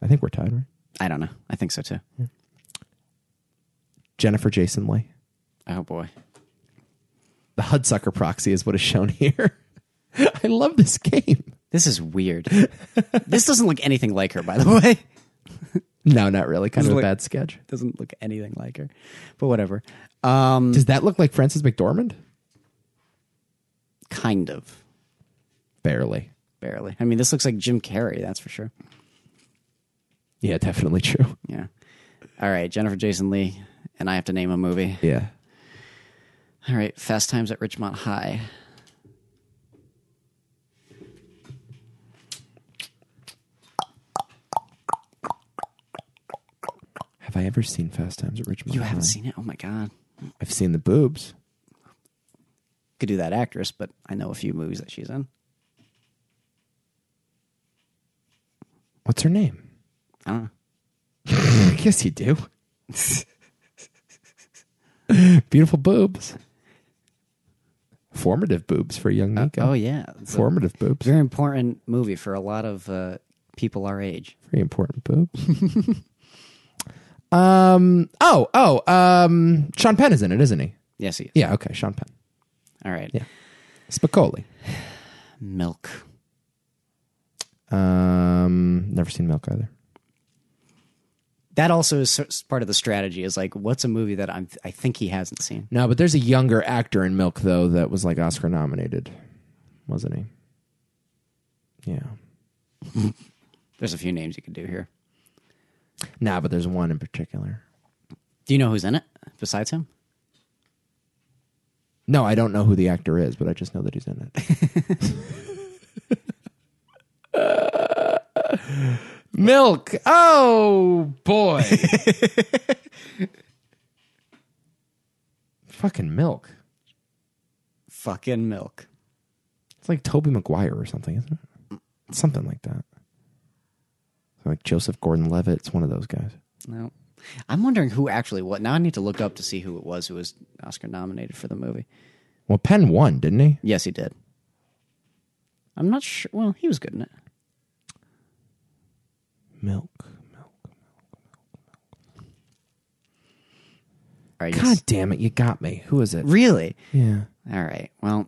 S1: I think we're tied, right?
S2: I don't know. I think so too.
S1: Jennifer Jason Leigh.
S2: Oh boy.
S1: The Hudsucker proxy is what is shown here. I love this game.
S2: This is weird. this doesn't look anything like her, by the way.
S1: No, not really. Kind of a
S2: like-
S1: bad sketch.
S2: Doesn't look anything like her, but whatever. Um,
S1: Does that look like Frances McDormand?
S2: kind of.
S1: Barely.
S2: barely. I mean, this looks like Jim Carrey, that's for sure.
S1: Yeah, definitely true.
S2: Yeah. All right, Jennifer Jason Lee, and I have to name a movie.
S1: Yeah.
S2: All right, Fast Times at Richmond High.
S1: Have I ever seen Fast Times at Richmond?
S2: You haven't
S1: High?
S2: seen it? Oh my god.
S1: I've seen the boobs.
S2: Could do that actress, but I know a few movies that she's in.
S1: What's her name?
S2: I don't know.
S1: I guess you do. Beautiful boobs. Formative boobs for young Nico.
S2: Oh yeah, it's a
S1: Formative boobs.
S2: very important movie for a lot of uh, people our age.
S1: Very important boobs. um. Oh. Oh. Um. Sean Penn is in it, isn't he?
S2: Yes, he is.
S1: Yeah. Okay. Sean Penn.
S2: All right.
S1: Yeah. Spicoli.
S2: Milk.
S1: Um. Never seen Milk either.
S2: That also is s- part of the strategy. Is like, what's a movie that I'm? I think he hasn't seen.
S1: No, but there's a younger actor in Milk though that was like Oscar nominated, wasn't he? Yeah.
S2: There's a few names you could do here.
S1: Nah, but there's one in particular.
S2: Do you know who's in it besides him?
S1: No, I don't know who the actor is, but I just know that he's in it. Milk. Oh boy. Fucking milk.
S2: Fucking milk.
S1: It's like Toby Maguire or something, isn't it? Something like that. Like Joseph Gordon Levitt, it's one of those guys.
S2: No. I'm wondering who actually what. Now I need to look up to see who it was who was Oscar nominated for the movie.
S1: Well, Penn won, didn't he?
S2: Yes, he did. I'm not sure. Well, he was good in it.
S1: Milk. milk.
S2: All right.
S1: God
S2: yes.
S1: damn it, you got me. Who is it?
S2: Really?
S1: Yeah.
S2: All right. Well,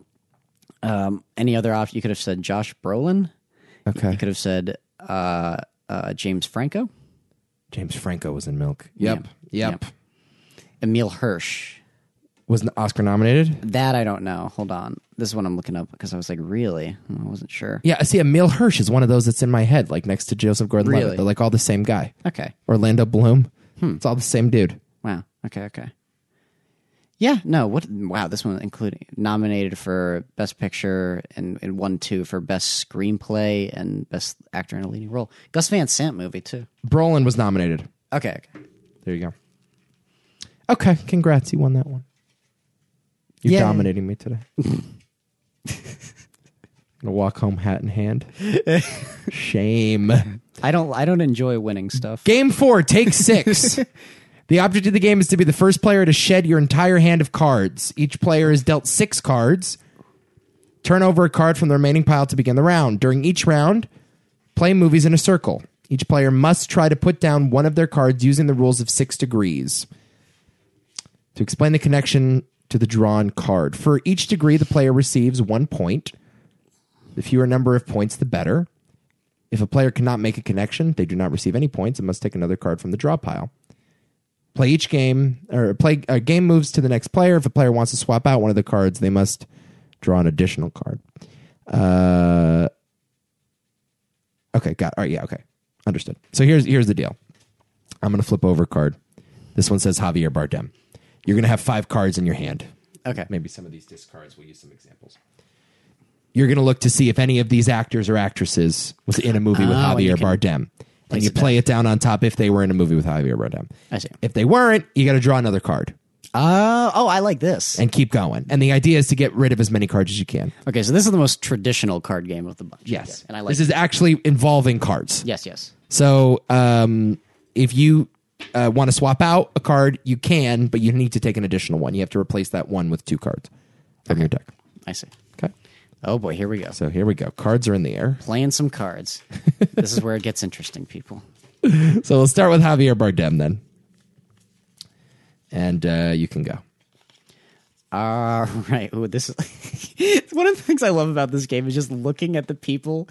S2: um, any other option? You could have said Josh Brolin.
S1: Okay.
S2: You could have said uh, uh, James Franco,
S1: James Franco was in Milk.
S2: Yeah.
S1: Yep.
S2: Yeah. Emil Hirsch.
S1: Was Oscar nominated?
S2: That I don't know. Hold on. This is what I'm looking up because I was like, really? I wasn't sure.
S1: Yeah, I see, Emil Hirsch is one of those that's in my head, like next to Joseph Gordon Levitt.
S2: Really? Hmm.
S1: They're like all the same guy.
S2: Okay.
S1: Orlando Bloom. It's all the same dude.
S2: Wow. Okay. Okay. Yeah. No. What? Wow. This one including nominated for best picture and, and won two for best screenplay and best actor in a leading role. Gus Van Sant movie too.
S1: Brolin was nominated.
S2: Okay. okay.
S1: There you go. Okay, congrats. You won that one. You're
S2: Yay.
S1: dominating me today. I'm gonna walk home hat in hand. Shame.
S2: I don't. I don't enjoy winning stuff.
S1: Game four, take six. the object of the game is to be the first player to shed your entire hand of cards. Each player is dealt six cards. Turn over a card from the remaining pile to begin the round. During each round, play movies in a circle. Each player must try to put down one of their cards using the rules of six degrees. To explain the connection to the drawn card, for each degree, the player receives one point. The fewer number of points, the better. If a player cannot make a connection, they do not receive any points and must take another card from the draw pile. Play each game, or play a game moves to the next player. If a player wants to swap out one of the cards, they must draw an additional card. Uh, okay, got. All right, yeah, okay, understood. So here's here's the deal. I'm gonna flip over a card. This one says Javier Bardem. You're gonna have five cards in your hand.
S2: Okay.
S1: Maybe some of these discards. We'll use some examples. You're going to look to see if any of these actors or actresses was in a movie with
S2: Oh, and you
S1: Javier
S2: can
S1: Bardem, and you play it down on top if they were in a movie with Javier Bardem.
S2: I see.
S1: If they weren't, you got to draw another card
S2: Uh, oh, I like this.
S1: and keep going. And the idea is to get rid of as many cards as you can.
S2: Okay, so this is the most traditional card game of the bunch.
S1: Yes,
S2: and I like
S1: this is actually involving cards.
S2: Yes, yes.
S1: So um, if you uh, want to swap out a card, you can, but you need to take an additional one. You have to replace that one with two cards from your deck.
S2: I see.
S1: Okay.
S2: Oh boy, here we go.
S1: So here we go. Cards are in the air.
S2: Playing some cards. this is where it gets interesting, people.
S1: So we'll start with Javier Bardem then. And uh, you can go.
S2: All right. Ooh, this is one of the things I love about this game is just looking at the people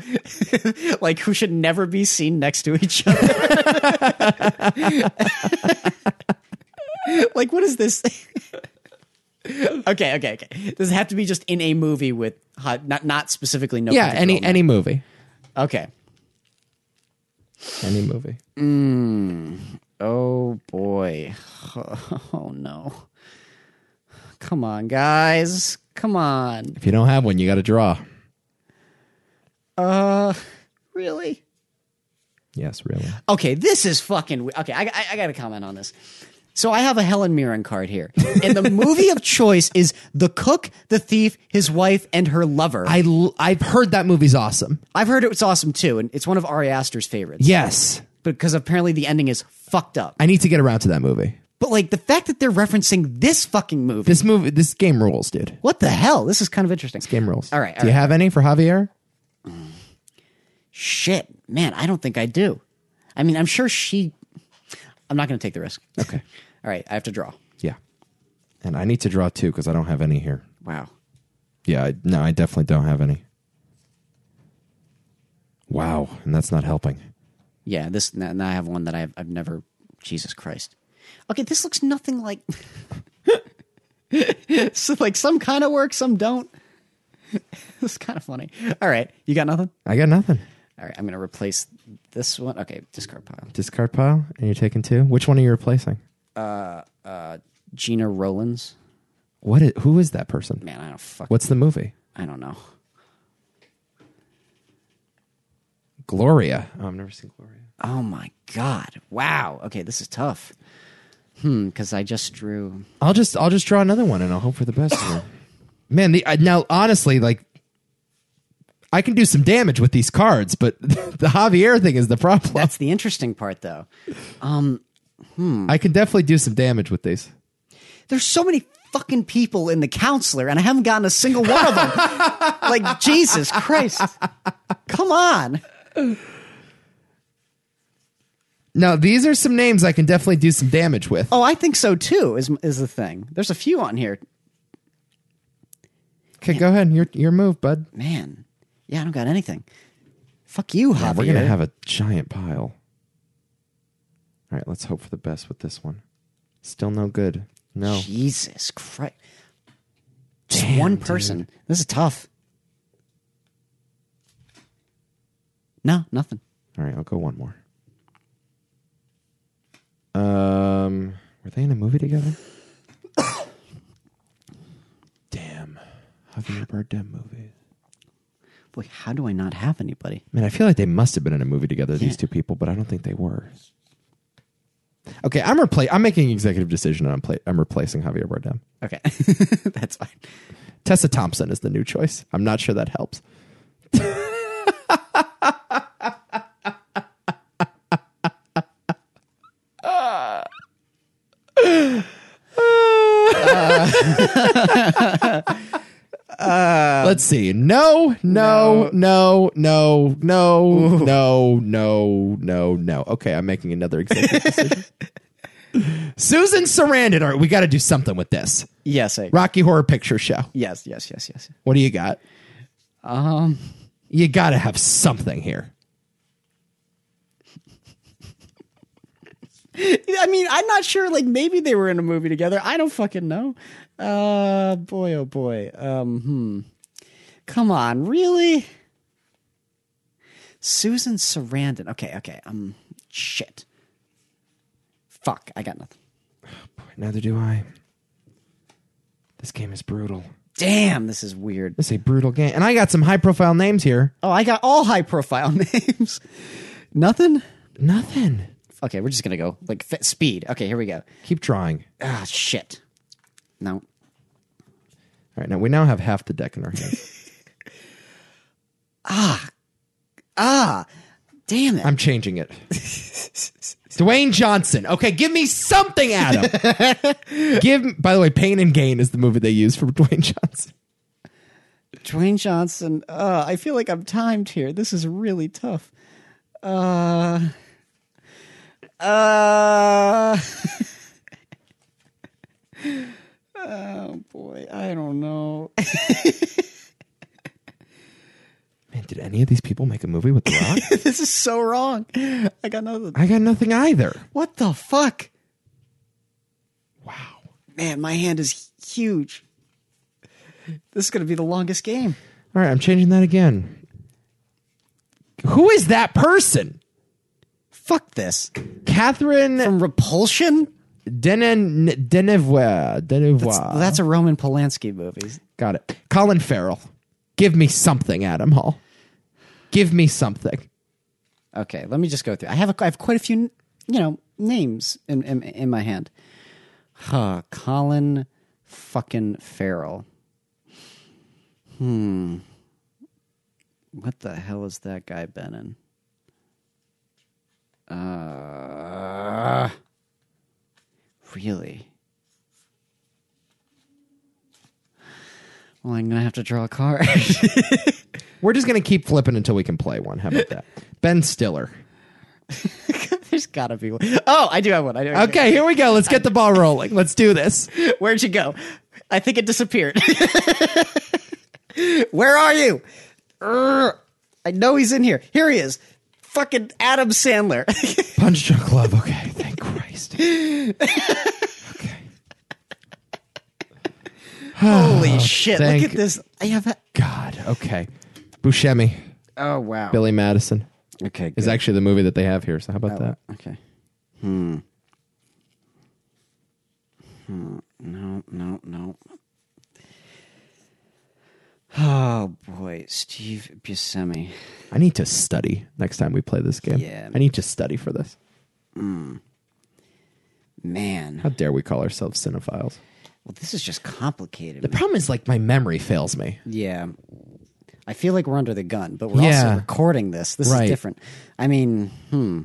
S2: like who should never be seen next to each other. like, what is this? okay, okay, okay. Does it have to be just in a movie with hot, not not specifically no?
S1: Yeah,
S2: particular
S1: any
S2: man?
S1: any movie,
S2: Okay.
S1: any movie.
S2: Oh boy. Oh no. Come on, guys. Come on.
S1: If you don't have one, you got to draw.
S2: Uh, really?
S1: Yes, really.
S2: Okay, this is fucking. We- okay, I, I, I got to comment on this. So I have a Helen Mirren card here, and the movie of choice is The Cook, The Thief, His Wife, and Her Lover. I,
S1: I l- I've heard that movie's awesome.
S2: have heard it's awesome too, and it's one of Ari Aster's favorites.
S1: Yes,
S2: because apparently the ending is fucked up.
S1: I need to get around to that movie.
S2: But like the fact that they're referencing this fucking movie,
S1: This movie, this game rules, dude.
S2: what the hell? This is kind of interesting.
S1: Game rules.
S2: All right, all
S1: Do you
S2: right,
S1: have any for Javier?
S2: Shit, man, I don't think I do. I mean, I'm sure she. I'm not going to take the risk.
S1: Okay.
S2: All right, I have to draw.
S1: Yeah. And I need to draw two because I don't have any here.
S2: Wow.
S1: Yeah, I, no, I definitely don't have any. Wow, and that's not helping.
S2: Yeah, this now now I have one that I've I've never. Jesus Christ. Okay, this looks nothing like. so like some kind of work, some don't. it's kind of funny. All right, you got nothing.
S1: I got nothing.
S2: All right, I'm going to replace this one. Okay, discard pile.
S1: Discard pile, and you're taking two. Which one are you replacing?
S2: Gina Rollins.
S1: What? Is, who is that person?
S2: Man, I don't fuck.
S1: What's the movie?
S2: I don't know.
S1: Gloria. Oh, I've never seen Gloria.
S2: Oh my god! Wow. Okay, this is tough. Hmm, because I just drew.
S1: I'll just I'll just draw another one, and I'll hope for the best. here. Man, the, I, now honestly, like I can do some damage with these cards, but the Javier thing is the problem.
S2: That's the interesting part, though.
S1: I can definitely do some damage with these.
S2: There's so many fucking people in the counselor, and I haven't gotten a single one of them. like Jesus Christ! Come on.
S1: Now these are some names I can definitely do some damage with.
S2: Oh, I think so too. Is is the thing? There's a few on here,
S1: Okay, go ahead. Your your move, bud.
S2: man. Yeah, I don't got anything. Fuck you, Javier.
S1: We're gonna have a giant pile. All right, let's hope for the best with this one. Still no good. No.
S2: Jesus Christ. Just one person. This is tough. No, nothing.
S1: All right, I'll go one more. Um, were they in a movie together? Damn, Javier Bardem movie.
S2: Boy, how do I not have anybody?
S1: Man, I feel like they must have been in a movie together, these two people, but I don't think they were. Okay, I'm repla- I'm making an executive decision. And I'm pla- I'm replacing Javier Bardem.
S2: Okay. That's fine.
S1: Tessa Thompson is the new choice. I'm not sure that helps. Let's see. No, no, no, no, no, no, no, no, no. Okay, I'm making another executive decision. Susan Sarandon. All right, we got to do something with this.
S2: Yes, I,
S1: Rocky Horror Picture Show.
S2: yes, yes, yes, yes.
S1: What do you got?
S2: Um,
S1: You got to have something here.
S2: I mean, I'm not sure. Like, maybe they were in a movie together. I don't fucking know. Uh, boy, oh boy. Um, hmm. Come on, really? Susan Sarandon. Okay, okay. Um, shit. Fuck, I got nothing.
S1: Neither do I. This game is brutal.
S2: Damn, this is weird.
S1: This is a brutal game. And I got some high profile names here.
S2: Oh, I got all high profile names. nothing?
S1: Nothing.
S2: Okay, we're just gonna go like fit speed. Okay, here we go.
S1: Keep drawing.
S2: Ah, shit. No.
S1: All right, now we now have half the deck in our hands.
S2: Ah, damn it.
S1: I'm changing it. Dwayne Johnson. Okay, give me something, Adam. give. By the way, Pain and Gain is the movie they use for Dwayne Johnson.
S2: Dwayne Johnson. Uh, I feel like I'm timed here. This is really tough. Uh, uh, oh boy, I don't know.
S1: Man, did any of these people make a movie with The Rock?
S2: this is so wrong. I got nothing.
S1: I got nothing either.
S2: What the fuck?
S1: Wow.
S2: Man, my hand is huge. This is going to be the longest game.
S1: All right, I'm changing that again. Who is that person?
S2: Fuck this.
S1: Catherine
S2: From Repulsion?
S1: Denen Denevois. Denevois.
S2: That's a Roman Polanski movie.
S1: Got it. Colin Farrell. Give me something, Adam Hall. Give me something.
S2: Okay, let me just go through. I have a, I have quite a few, you know, names in in, in my hand. Huh, Colin fucking Farrell. Hmm. What the hell has that guy been in? Uh, really? Well, I'm gonna have to draw a card.
S1: We're just going to keep flipping until we can play one. How about that? Ben Stiller.
S2: There's gotta be one. Oh, I do have one. I do. I do.
S1: Okay, here we go. Let's get the ball rolling. Let's do this.
S2: Where'd you go? I think it disappeared. Where are you? Urgh. I know he's in here. Here he is. Fucking Adam Sandler.
S1: Punch Drunk Love. Okay, thank Christ.
S2: Holy shit. Look
S1: thank-
S2: at this. I have.
S1: God. Okay. Buscemi.
S2: Oh, wow.
S1: Billy Madison
S2: Okay.
S1: is
S2: good.
S1: actually the movie that they have here. So how about that?
S2: Okay. Hmm. Hmm. No, no, no. Oh, boy. Steve Buscemi.
S1: I need to study next time we play this game.
S2: Yeah.
S1: I need to study for this.
S2: Man.
S1: How dare we call ourselves cinephiles?
S2: Well, this is just complicated.
S1: The problem is like my memory fails me.
S2: Yeah. I feel like we're under the gun, but we're
S1: Yeah.
S2: also recording this. This
S1: Right.
S2: is different. I mean, hmm.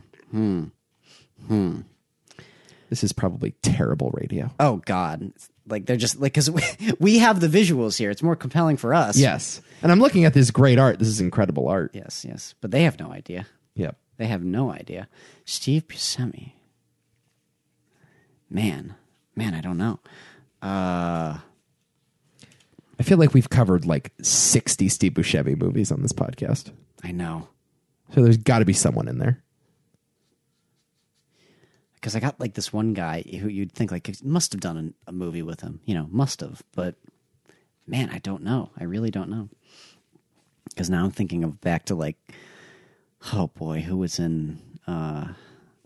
S1: This is probably terrible radio.
S2: Oh God. Like they're just like because we, we have the visuals here. It's more compelling for us.
S1: Yes. And I'm looking at this great art. This is incredible art.
S2: Yes. Yes. But they have no idea.
S1: Yep.
S2: They have no idea. Steve Buscemi. Man, man, I don't know. Uh,
S1: I feel like we've covered like 60 Steve Buscemi movies on this podcast.
S2: I know
S1: So there's got to be someone in there.
S2: because I got like this one guy who you'd think like must have done an, a movie with him, you know, must have. But man, I don't know. I really don't know. Because now I'm thinking of back to like, oh boy, who was in uh,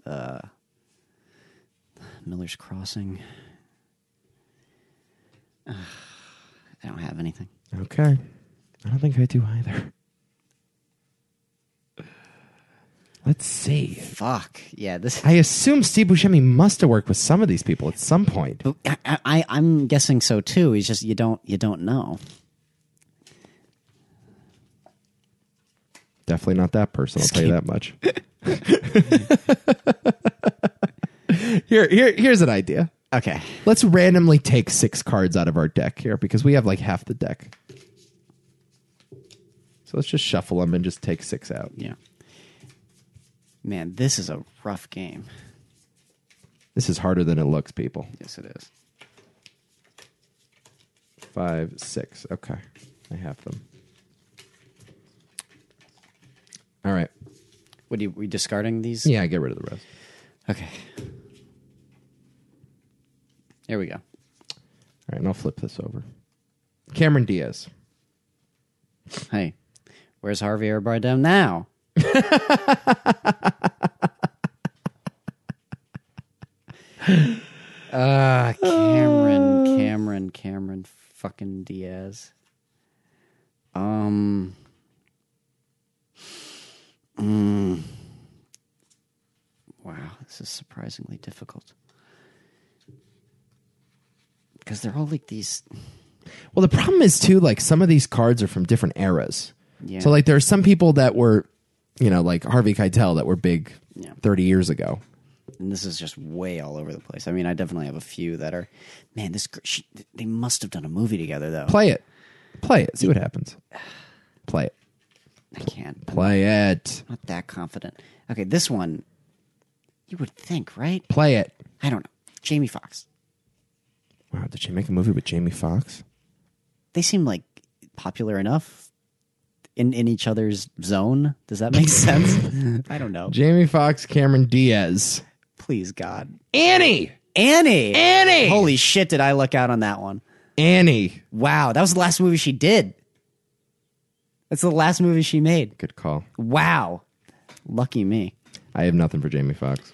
S2: uh, Miller's Crossing? Ugh, I don't have anything.
S1: Okay. I don't think I do either. Let's see.
S2: Fuck yeah, this.
S1: I assume Steve Buscemi must have worked with some of these people at some point.
S2: But I, I- I, I'm guessing so too. He's just you don't you don't know.
S1: Definitely not that person. I'll tell you that much. here, here, here's an idea.
S2: Okay,
S1: Let's randomly take six cards out of our deck here because we have like half the deck. So let's just shuffle them and just take six out.
S2: yeah. Man, this is a rough game.
S1: This is harder than it looks, people.
S2: Yes, it is.
S1: Five, six. Okay. I have them. All right.
S2: What are you, we discarding these?
S1: Yeah, get rid of the rest.
S2: Okay. There we go.
S1: All right, and I'll flip this over. Cameron Diaz.
S2: Hey, where's Javier Bardem now? Ah, Cameron, Cameron, Cameron, fucking Diaz. Um. mm. wow, this is surprisingly difficult. Because they're all like these.
S1: Well, the problem is too, like some of these cards are from different eras.
S2: Yeah.
S1: So like there are some people that were, you know, like Harvey Keitel that were big
S2: Yeah.
S1: 30 years ago.
S2: and this is just way all over the place. I mean, I definitely have a few that are, man, this gr- she, they must have done a movie together though.
S1: Play it. Play it. See what happens. Play it.
S2: I can't. I'm
S1: Play it.
S2: not that confident. Okay, this one, you would think, right?
S1: Play it.
S2: I don't know. Jamie Fox.
S1: Wow, did she make a movie with Jamie Foxx?
S2: They seem like popular enough in in each other's zone. Does that make sense? I don't know.
S1: Jamie Foxx, Cameron Diaz.
S2: Please God,
S1: Annie!
S2: Annie.
S1: Annie!
S2: Holy shit! Did I luck out on that one?
S1: Annie.
S2: Wow, that was the last movie she did. That's the last movie she made.
S1: Good call.
S2: Wow. Lucky me.
S1: I have nothing for Jamie Fox,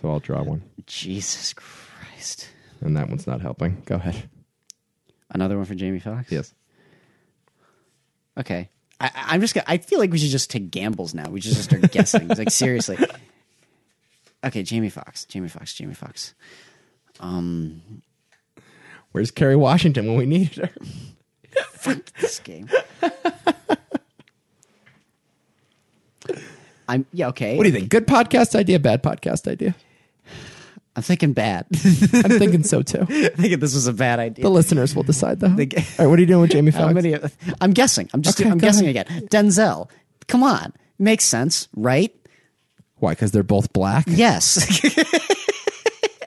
S1: so I'll draw one.
S2: Jesus Christ.
S1: And that one's not helping. Go ahead.
S2: Another one for Jamie Foxx? Okay. I, I- I'm just gonna, I feel like we should just take gambles now. We should just start guessing. It's like seriously. Okay, Jamie Foxx, Jamie Foxx, Jamie Foxx. Um,
S1: Where's Kerry Washington when we needed her?
S2: This game. I'm yeah, okay.
S1: What do you think? Good podcast idea, bad podcast idea?
S2: I'm thinking bad.
S1: I'm thinking so too.
S2: I'm thinking this was a bad idea.
S1: The listeners will decide though. All
S2: The-
S1: right, what are you doing with Jamie
S2: How
S1: Foxx?
S2: many? I'm guessing. I'm just.
S1: Okay,
S2: I'm
S1: go
S2: guessing again. Denzel. Come on, makes sense, right?
S1: Why? Because they're both black.
S2: Yes.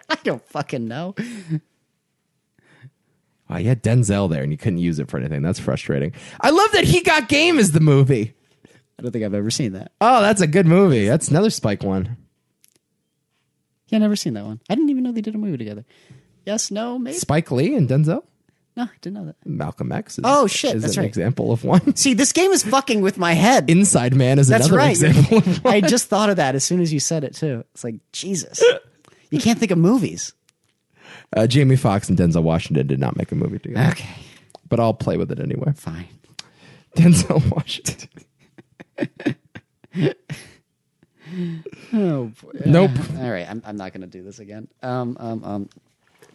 S2: I don't fucking know.
S1: Oh, you had Denzel there, and you couldn't use it for anything. That's frustrating. I love that he got game is the movie.
S2: I don't think I've ever seen that.
S1: Oh, that's a good movie. That's another Spike one.
S2: Yeah, never seen that one. I didn't even know they did a movie together. Yes, no, maybe.
S1: Spike Lee and Denzel.
S2: No, I didn't know that.
S1: Malcolm X. Is,
S2: Oh, shit,
S1: Is
S2: that's
S1: an
S2: right.
S1: example of one.
S2: See, this game is fucking with my head.
S1: Inside Man is
S2: That's
S1: another
S2: right.
S1: example of one.
S2: I just thought of that as soon as you said it too. It's like Jesus. You can't think of movies.
S1: Uh, Jamie Foxx and Denzel Washington did not make a movie together,
S2: Okay,
S1: but I'll play with it anyway.
S2: fine.
S1: Denzel Washington.
S2: Oh boy.
S1: Nope.
S2: All right, I'm, I'm not gonna do this again. Um, um, um.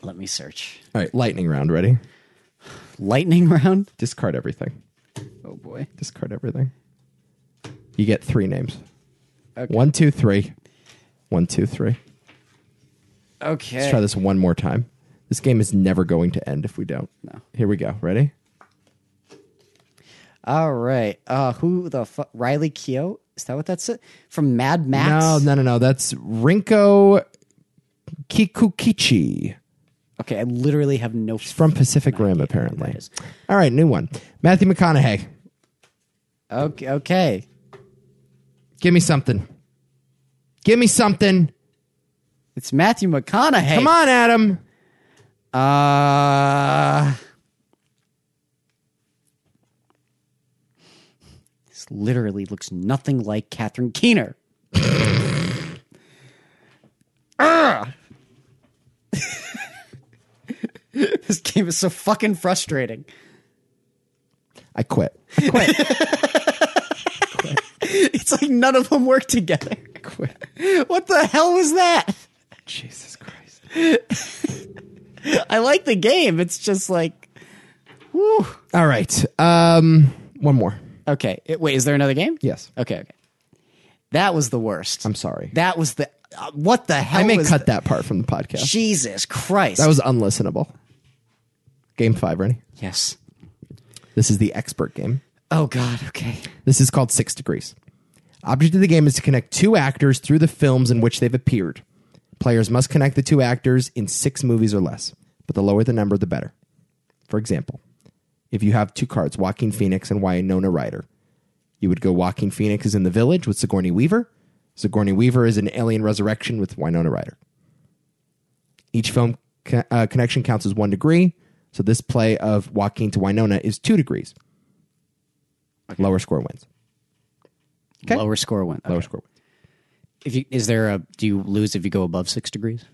S2: Let me search.
S1: All right, lightning round. Ready?
S2: Lightning round.
S1: Discard everything.
S2: Oh boy.
S1: Discard everything. You get three names.
S2: Okay.
S1: One, two, three. One, two, three.
S2: Okay.
S1: Let's try this one more time. This game is never going to end if we don't.
S2: No.
S1: Here we go. Ready?
S2: All right. Uh, who the fuck? Riley Keough? Is that what that's it? From Mad Max?
S1: No, no, no, no. That's Rinko Kikukichi
S2: Okay, I literally have no.
S1: from Pacific Rim, apparently. All right, new one. Matthew McConaughey.
S2: Okay, okay.
S1: Give me something. Give me something.
S2: It's Matthew McConaughey.
S1: Come on, Adam.
S2: Uh, this literally looks nothing like Catherine Keener.
S1: Ah!
S2: Ugh. this game is so fucking frustrating.
S1: I quit.
S2: It's like none of them work together. What the hell was that?
S1: Jesus Christ.
S2: I like the game. It's just like, whew.
S1: All right. Um, one more.
S2: Okay. It- wait, is there another game?
S1: Yes.
S2: Okay. Okay. That was the worst.
S1: I'm sorry.
S2: That was the uh, what the hell?
S1: I may
S2: was
S1: cut that part from the podcast.
S2: Jesus Christ.
S1: That was unlistenable. Game five, ready?
S2: yes.
S1: This is the expert game.
S2: Oh God. Okay.
S1: This is called Six Degrees. Object of the game is to connect two actors through the films in which they've appeared. Players must connect the two actors in six movies or less, but the lower the number, the better. For example, if you have two cards, Joaquin Phoenix and Winona Ryder, you would go Joaquin Phoenix is in the village with Sigourney Weaver. Sigourney Weaver is in Alien Resurrection with Winona Ryder. Each film co- uh, connection counts as one degree, so this play of Joaquin to Winona is two degrees. Lower score wins.
S2: Lower score win. Okay.
S1: Lower score wins.
S2: If you, is there a do you lose if you go above six degrees?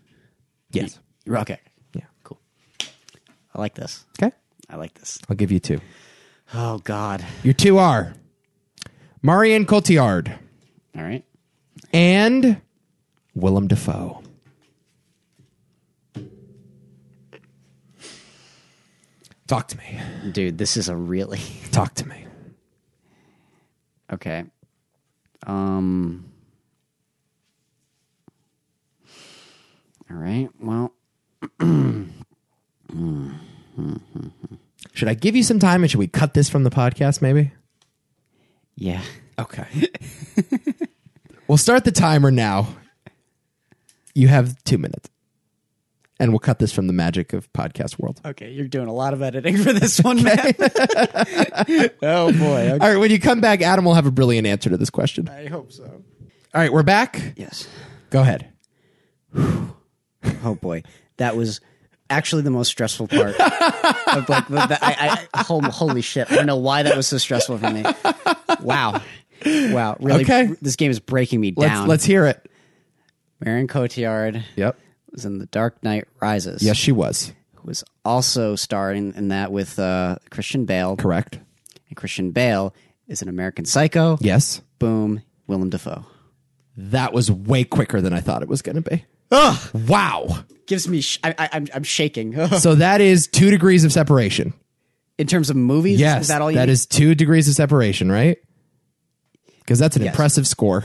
S1: Yes.
S2: You're okay.
S1: Yeah.
S2: Cool. I like this.
S1: Okay.
S2: I like this.
S1: I'll give you two.
S2: Oh God.
S1: Your two are Marion Cotillard
S2: All right.
S1: and Willem Dafoe. Talk to me.
S2: Dude, this is a really
S1: Talk to me.
S2: okay. Um. All right. Well.
S1: Should I give you some time and should we cut this from the podcast maybe?
S2: Yeah.
S1: Okay. we'll start the timer now. You have two minutes. And we'll cut this from the magic of podcast world.
S2: Okay, you're doing a lot of editing for this one, man. oh boy.
S1: All right, when you come back, Adam will have a brilliant answer to this question.
S2: I hope so.
S1: All right, we're back.
S2: Yes.
S1: Go ahead.
S2: Oh boy. That was actually the most stressful part. of like, the, the, I, I, hol- holy shit! I don't know why that was so stressful for me. Wow, wow, really?
S1: Okay.
S2: This game is breaking me
S1: Let's
S2: down.
S1: let's hear it.
S2: Marion Cotillard
S1: Yep.
S2: was in The Dark Knight Rises.
S1: Yes, she was
S2: who was also starring in that with uh, Christian Bale.
S1: correct.
S2: And Christian Bale is an American Psycho.
S1: Yes,
S2: Boom, Willem Dafoe.
S1: that was way quicker than I thought it was going to be.
S2: Ugh,
S1: Wow.
S2: gives me. Sh- I, I, I'm I'm shaking.
S1: So that is two degrees of separation.
S2: in terms of movies,
S1: Yes,
S2: is that all you
S1: that
S2: need?
S1: is two degrees of separation, right? Because that's an
S2: Yes.
S1: impressive score.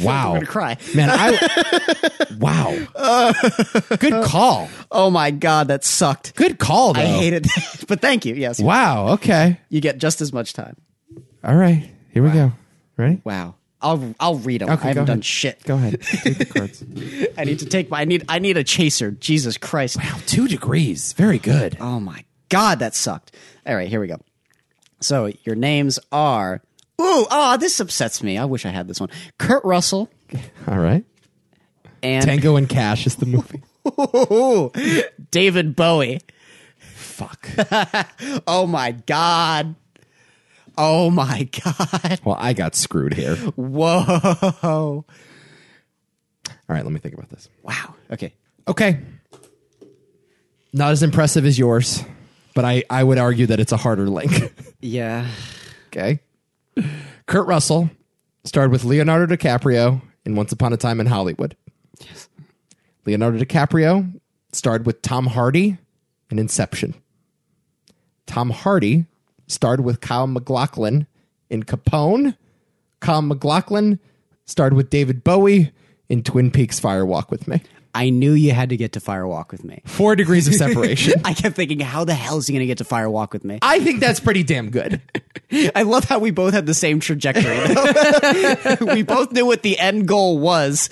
S1: wow,
S2: I'm gonna cry.
S1: man! I wow, good call,
S2: Oh my god, that sucked.
S1: good call. Though.
S2: I hated that, but thank you. Yes,
S1: Wow. Okay.
S2: you get just as much time.
S1: All right. Here we go. Ready?
S2: Wow. I'll I'll read them. I
S1: go
S2: haven't
S1: ahead.
S2: done shit.
S1: Go ahead. Take the cards.
S2: I need to take my. I need I need a chaser. Jesus Christ.
S1: Two degrees. Very good.
S2: Oh my god, that sucked. All right, here we go. So your names are. Ooh, ah, this upsets me. I wish I had this one. Kurt Russell
S1: All right.
S2: and
S1: Tango and Cash is the movie.
S2: David Bowie.
S1: Fuck.
S2: Oh my god. Oh my god.
S1: Well, I got screwed here. All
S2: Whoa.
S1: right. Let me think about this.
S2: Wow. Okay.
S1: Okay. Not as impressive as yours, but I, I would argue that it's a harder link.
S2: Yeah.
S1: okay. Kurt Russell starred with Leonardo DiCaprio in Once Upon a Time in Hollywood. Leonardo DiCaprio starred with Tom Hardy in Inception. Tom Hardy starred with Kyle McLaughlin in Capone. Kyle McLaughlin starred with David Bowie in Twin Peaks Fire Walk with Me.
S2: I knew you had to get to Firewalk with me.
S1: Four degrees of separation.
S2: I kept thinking, how the hell is he going to get to Firewalk with me?
S1: I think that's pretty damn good.
S2: I love how we both had the same trajectory. we both knew what the end goal was,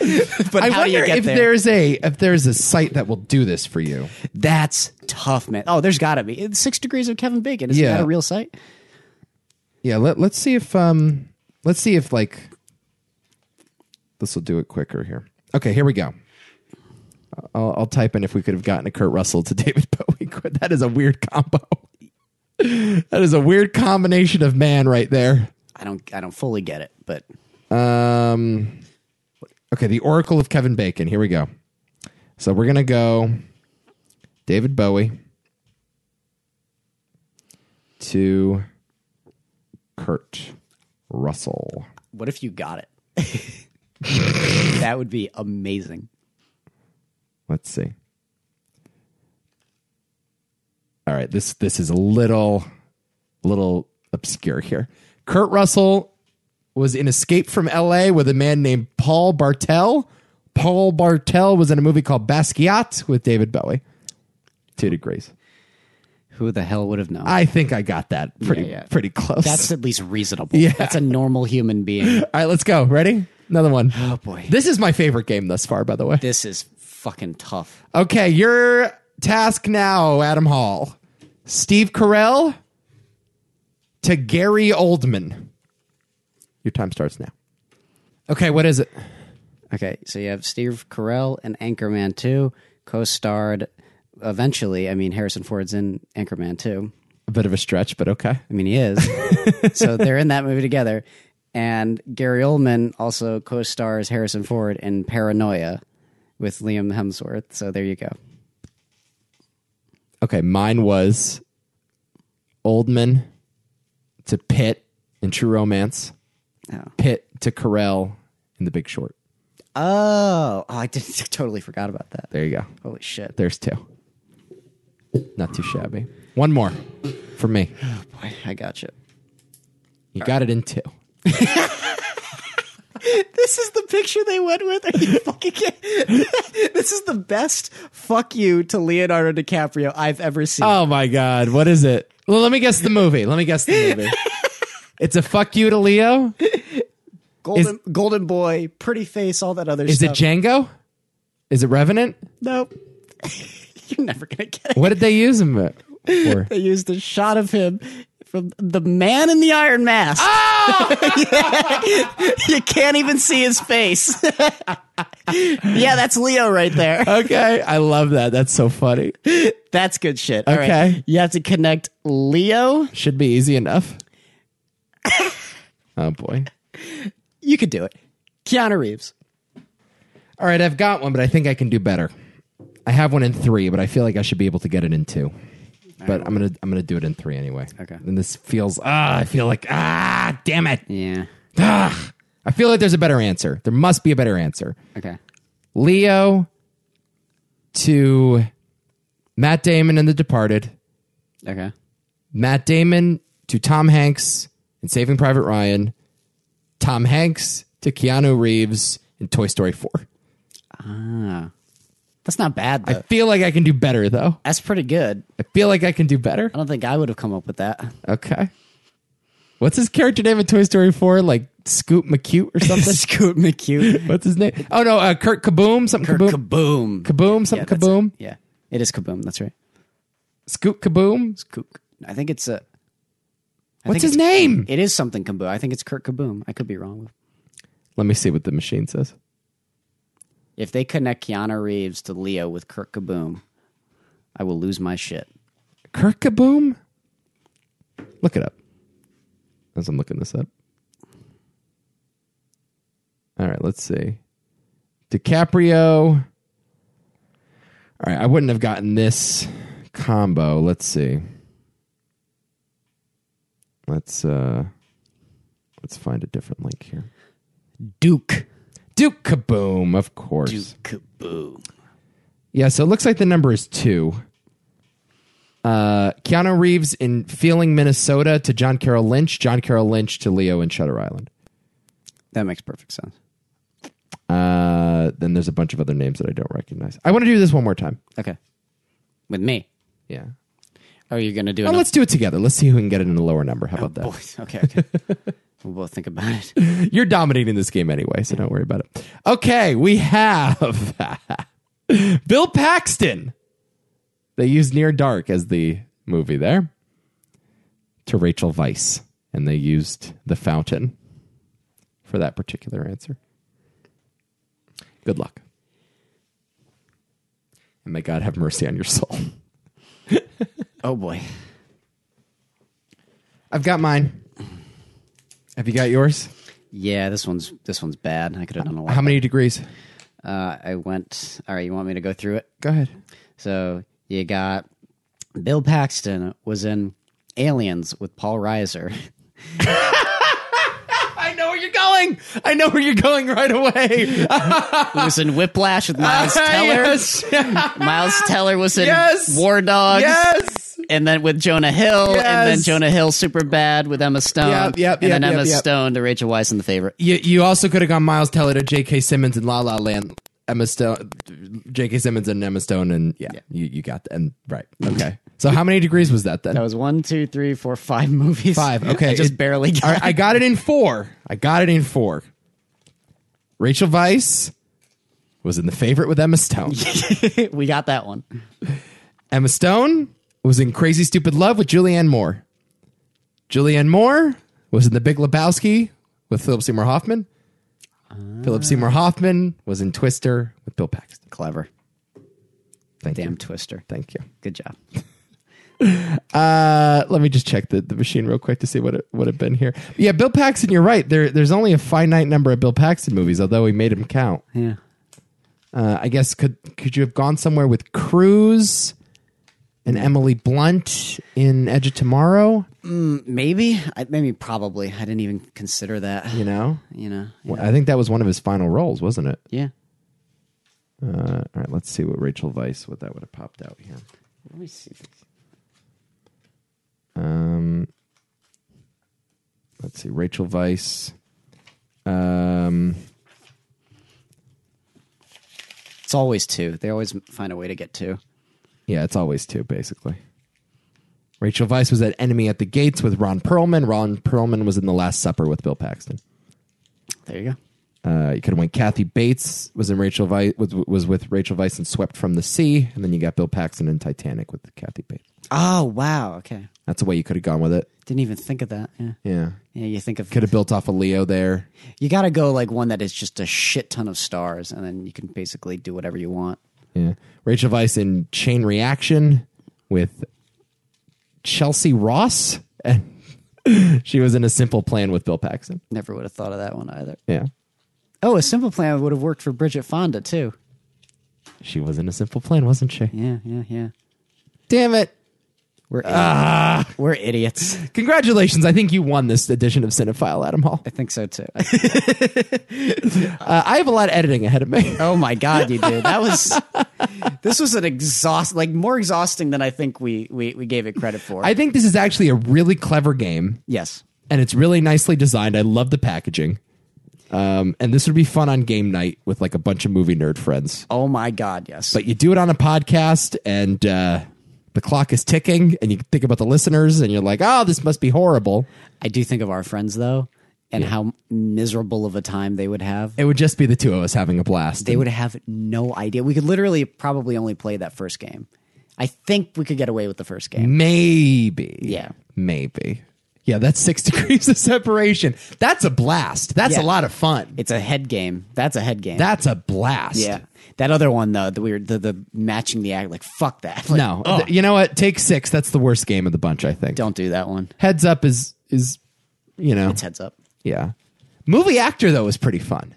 S2: but
S1: I
S2: how do
S1: wonder
S2: you get
S1: if
S2: there?
S1: there's a if there's a site that will do this for you.
S2: That's tough, man. Oh, there's got to be It's six degrees of Kevin Bacon. Is
S1: Yeah.
S2: that a real site?
S1: Yeah, let let's see if um let's see if like this will do it quicker here. Okay, here we go. I'll, I'll type in if we could have gotten a Kurt Russell to David Bowie. That is a weird combo. that is a weird combination of man right there.
S2: I don't. I don't fully get it, but
S1: Um, okay, the Oracle of Kevin Bacon. Here we go. So we're gonna go David Bowie to Kurt Russell.
S2: what if you got it? that would be amazing.
S1: Let's see. All right, this this is a little little obscure here. Kurt Russell was in Escape from LA with a man named Paul Bartel. Paul Bartel was in a movie called Basquiat with David Bowie. Two degrees.
S2: Who the hell would have known?
S1: I think I got that pretty
S2: Yeah, yeah.
S1: pretty close.
S2: That's at least reasonable. That's a normal human being.
S1: All right, let's go. Ready? Another one.
S2: Oh boy,
S1: This is my favorite game thus far, by the way.
S2: this is fucking tough.
S1: Okay, your task now, Adam Hall. Steve Carell to Gary Oldman. Your time starts now. Okay, what is it?
S2: Okay, so you have Steve Carell and Anchorman 2 co-starred eventually. I mean, Harrison Ford's in Anchorman 2.
S1: A bit of a stretch, but okay.
S2: I mean, he is. so they're in that movie together. And Gary Oldman also co-stars Harrison Ford in Paranoia with Liam Hemsworth. So there you go.
S1: Okay, mine was Oldman to Pitt in True Romance,
S2: Oh,
S1: Pitt to Carell in The Big Short.
S2: oh, I did, totally forgot about that.
S1: There you go.
S2: Holy shit.
S1: There's two. Not too shabby. One more for me.
S2: Oh, boy, I got you.
S1: You got it in two.
S2: This is the picture they went with. Are you fucking kidding? this is the best fuck you to Leonardo DiCaprio I've ever seen.
S1: Oh my god, what is it? Well, let me guess the movie. Let me guess the movie. it's a fuck you to Leo.
S2: Golden Golden Boy, Pretty Face, all that other
S1: Is it
S2: stuff.
S1: Django? Is it Revenant?
S2: nope. You're never gonna get it.
S1: What did they use him for?
S2: They used a shot of him from the man in the iron mask.
S1: Ah!
S2: you can't even see his face. yeah, that's Leo right there.
S1: Okay, I love that. That's so funny.
S2: That's good shit. All right.
S1: Okay.
S2: You have to connect Leo.
S1: Should be easy enough. oh boy.
S2: You could do it. Keanu Reeves.
S1: All right, I've got one, but I think I can do better. I have one in three, but I feel like I should be able to get it in two. But I'm gonna I'm gonna do it in three anyway.
S2: Okay.
S1: And this feels ah, I feel like ah, damn it.
S2: Yeah.
S1: Ah, I feel like there's a better answer. There must be a better answer.
S2: Okay.
S1: Leo to Matt Damon and The Departed.
S2: Okay.
S1: Matt Damon to Tom Hanks in Saving Private Ryan, Tom Hanks to Keanu Reeves in Toy Story 4.
S2: That's not bad though.
S1: I feel like I can do better, though.
S2: that's pretty good.
S1: I feel like I can do better.
S2: I don't think I would have come up with that.
S1: Okay. What's his character name in Toy Story 4? Like Scoop McCute or something?
S2: Scoot McCute.
S1: What's his name? Oh, no, uh, Kurt Kaboom, something Kaboom.
S2: Kaboom.
S1: Kaboom, something
S2: Yeah, that's it.
S1: Kaboom.
S2: Yeah. It is kaboom. That's right.
S1: Scoop Kaboom.
S2: Kook. I think it's a. I
S1: What's
S2: think
S1: his
S2: it's-
S1: name?
S2: It is something kaboom. I think it's Kurt Kaboom. I could be wrong.
S1: Let me see what the machine says.
S2: If they connect Keanu Reeves to Leo with Kurt Kaboom, I will lose my shit.
S1: Kurt Kaboom? Look it up. As I'm looking this up. All right, let's see. DiCaprio. All right, I wouldn't have gotten this combo. Let's see. Let's uh let's find a different link here.
S2: Duke.
S1: Duke Kaboom, of course.
S2: Kaboom.
S1: Yeah, so it looks like the number is two. Uh, Keanu Reeves in Feeling Minnesota to John Carroll Lynch, John Carroll Lynch to Leo in Shutter Island.
S2: That makes perfect sense.
S1: Uh, then there's a bunch of other names that I don't recognize. I want to do this one more time.
S2: Okay. With me.
S1: Yeah.
S2: Oh, you're going to do
S1: Well,
S2: another
S1: let's do it together. Let's see who can get it in a lower number. How about that?
S2: voice. Okay, okay. we'll both think about it.
S1: You're dominating this game anyway, so don't worry about it. Okay, we have Bill Paxton. They used Near Dark as the movie there to Rachel Weiss, and they used The Fountain for that particular answer. Good luck. And may God have mercy on your soul.
S2: Oh, boy.
S1: I've got mine. Have you got yours?
S2: Yeah, this one's this one's bad. I could have done a lot.
S1: How many degrees?
S2: Uh, I went. All right, you want me to go through it?
S1: Go ahead.
S2: So you got Bill Paxton was in Aliens with Paul Reiser.
S1: I know where you're going. I know where you're going right away.
S2: He was in Whiplash with Miles Teller.
S1: Yes.
S2: Miles Teller was in
S1: Yes.
S2: War Dogs.
S1: yes.
S2: And then with Jonah Hill, and then
S1: Yes.
S2: Jonah Hill super bad with Emma Stone,
S1: Yep, yep,
S2: and then
S1: yep,
S2: Emma
S1: yep, yep.
S2: Stone to Rachel Weisz in the favorite.
S1: You, you also could have gone Miles Teller to J.K. Simmons and La La Land. Emma Stone, J.K. Simmons and Emma Stone, and yeah, You, you got that. And right, okay. so how many degrees was that then?
S2: That was one, two, three, four, five movies.
S1: Five. Okay,
S2: I just
S1: it-
S2: barely got.
S1: All right, I got it in four. I got it in four. Rachel Weisz was in the favorite with Emma Stone.
S2: we got that one.
S1: Emma Stone was in Crazy Stupid Love with Julianne Moore. Julianne Moore was in The Big Lebowski with Philip Seymour Hoffman. Philip Seymour Hoffman was in Twister with Bill Paxton.
S2: Clever,
S1: Thank
S2: damn
S1: you.
S2: Twister.
S1: Thank you.
S2: Good job.
S1: Uh, let me just check the, the machine real quick to see what it would have been here. Yeah, Bill Paxton, you're right. There, there's only a finite number of Bill Paxton movies, although we made him count.
S2: Yeah.
S1: Uh, I guess could could you have gone somewhere with Cruz and Emily Blunt in Edge of Tomorrow?
S2: Mm, Maybe, I, maybe, probably. I didn't even consider that.
S1: You know,
S2: You know.
S1: Well, I think that was one of his final roles, wasn't it?
S2: Yeah.
S1: Uh, all right, let's see what Rachel Weisz what that would have popped out here.
S2: Let me see.
S1: Um, let's see, Rachel Weisz. Um,
S2: It's always two. They always find a way to get two.
S1: yeah, it's always two basically. Rachel Weisz was at Enemy at the Gates with Ron Perlman. Ron Perlman was in The Last Supper with Bill Paxton.
S2: There you go.
S1: Uh, you could have went Kathy Bates was in Rachel Weiss was, was with Rachel Weisz and Swept from the Sea, and then you got Bill Paxton in Titanic with Kathy Bates.
S2: Oh wow. Okay.
S1: That's the way you could have gone with it.
S2: Didn't even think of that. Yeah.
S1: Yeah.
S2: Yeah. You think of
S1: Could have built off a Leo there.
S2: you got to go like one that is just a shit ton of stars, and then you can basically do whatever you want.
S1: Yeah. Rachel Weisz in Chain Reaction with Chelsea Ross. And she was in A Simple Plan with Bill Paxton.
S2: Never would have thought of that one either.
S1: Yeah.
S2: Oh, a simple plan would have worked for Bridget Fonda too.
S1: She was in A Simple Plan, wasn't she?
S2: Yeah. Yeah. Yeah.
S1: Damn it. Ah.
S2: We're idiots. we're idiots.
S1: Congratulations. I think you won this edition of Cinephile, Adam Hall.
S2: I think so too.
S1: Uh, I have a lot of editing ahead of me.
S2: Oh my god, you did. That was this was an exhaust like more exhausting than I think we we, we gave it credit for.
S1: I think this is actually a really clever game,
S2: yes.
S1: and it's really nicely designed. I love the packaging. Um, and this would be fun on game night with like a bunch of movie nerd friends.
S2: Oh my god, yes.
S1: But you do it on a podcast, and uh, the clock is ticking, and you think about the listeners, and you're like, oh, this must be horrible.
S2: I do think of our friends though and how miserable of a time they would have.
S1: It would just be the two of us having a blast.
S2: They would have no idea. We could literally probably only play that first game. I think we could get away with the first game.
S1: Maybe.
S2: Yeah.
S1: Maybe. Yeah, that's six degrees of separation. That's a blast. That's
S2: Yeah.
S1: a lot of fun.
S2: It's a head game. That's a head game.
S1: That's a blast.
S2: yeah. That other one though, the weird the, the matching the act like fuck that. Like,
S1: No,
S2: oh,
S1: th- you know what? Take six. That's the worst game of the bunch, I think.
S2: don't do that one.
S1: Heads up is is you know
S2: It's heads up.
S1: yeah. Movie actor though is pretty fun.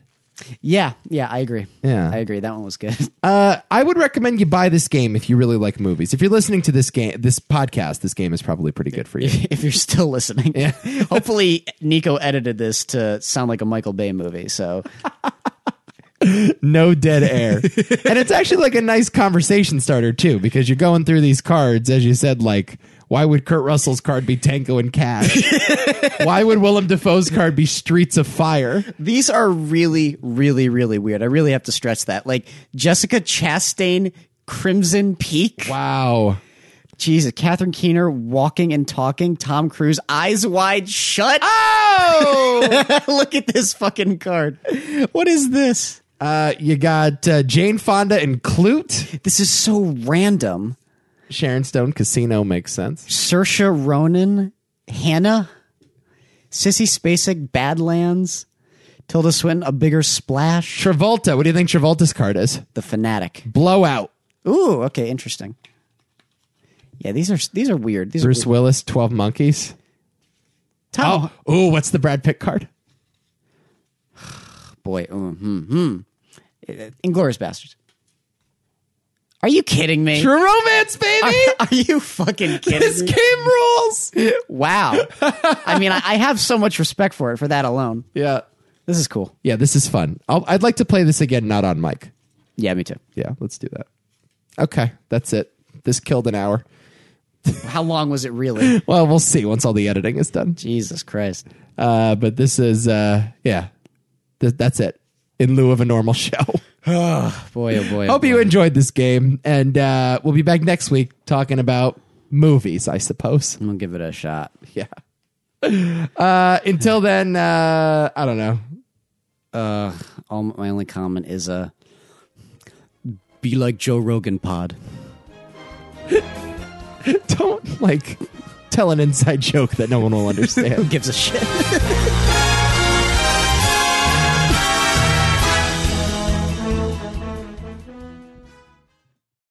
S2: Yeah, yeah, I agree.
S1: Yeah.
S2: I agree. That one was good.
S1: Uh, I would recommend you buy this game if you really like movies. If you're listening to this game, this podcast, this game is probably pretty good for you.
S2: if you're still listening. Hopefully, Nico edited this to sound like a Michael Bay movie. So,
S1: no dead air. and it's actually like a nice conversation starter too, because you're going through these cards, as you said, like why would Kurt Russell's card be Tango and Cash? why would Willem Dafoe's card be Streets of Fire?
S2: these are really, really, really weird. I really have to stress that. Like, Jessica Chastain, Crimson Peak.
S1: Wow.
S2: Jesus, Catherine Keener, Walking and Talking, Tom Cruise, Eyes Wide Shut.
S1: Ah! Oh,
S2: Look at this fucking card. What is this?
S1: Uh, you got uh, Jane Fonda and Clute.
S2: This is so random.
S1: Sharon Stone Casino makes sense.
S2: Saoirse Ronan, Hannah, Sissy Spacek, Badlands, Tilda Swinton, A Bigger Splash,
S1: Travolta. What do you think Travolta's card is?
S2: The Fanatic.
S1: Blowout.
S2: Ooh, okay, interesting. Yeah, these are these are weird. These
S1: Bruce
S2: are weird.
S1: Willis, Twelve Monkeys.
S2: Tom,
S1: Oh, oh, what's the Brad Pitt card?
S2: boy, Inglorious Bastards. Are you kidding me?
S1: True Romance, baby.
S2: Are you fucking
S1: this
S2: kidding me?
S1: game rules.
S2: Wow. I mean, I, I have so much respect for it for that alone.
S1: Yeah,
S2: This is cool.
S1: yeah. This is fun. I'll, I'd like to play this again, not on mic.
S2: Yeah, me too.
S1: Yeah, let's do that. Okay, that's it. This killed an hour.
S2: How long was it really?
S1: Well, we'll see once all the editing is done.
S2: Jesus Christ.
S1: Uh, but this is, uh, yeah, Th- that's it. In lieu of a normal show.
S2: Boy, oh boy. oh,
S1: Hope you enjoyed this game, and uh, we'll be back next week talking about movies, I suppose.
S2: I'm gonna give it a shot.
S1: Yeah. Uh, until then, uh, I don't know.
S2: All, my only comment is uh, be like Joe Rogan pod.
S1: Don't like tell an inside joke that no one will understand.
S2: Who gives a shit?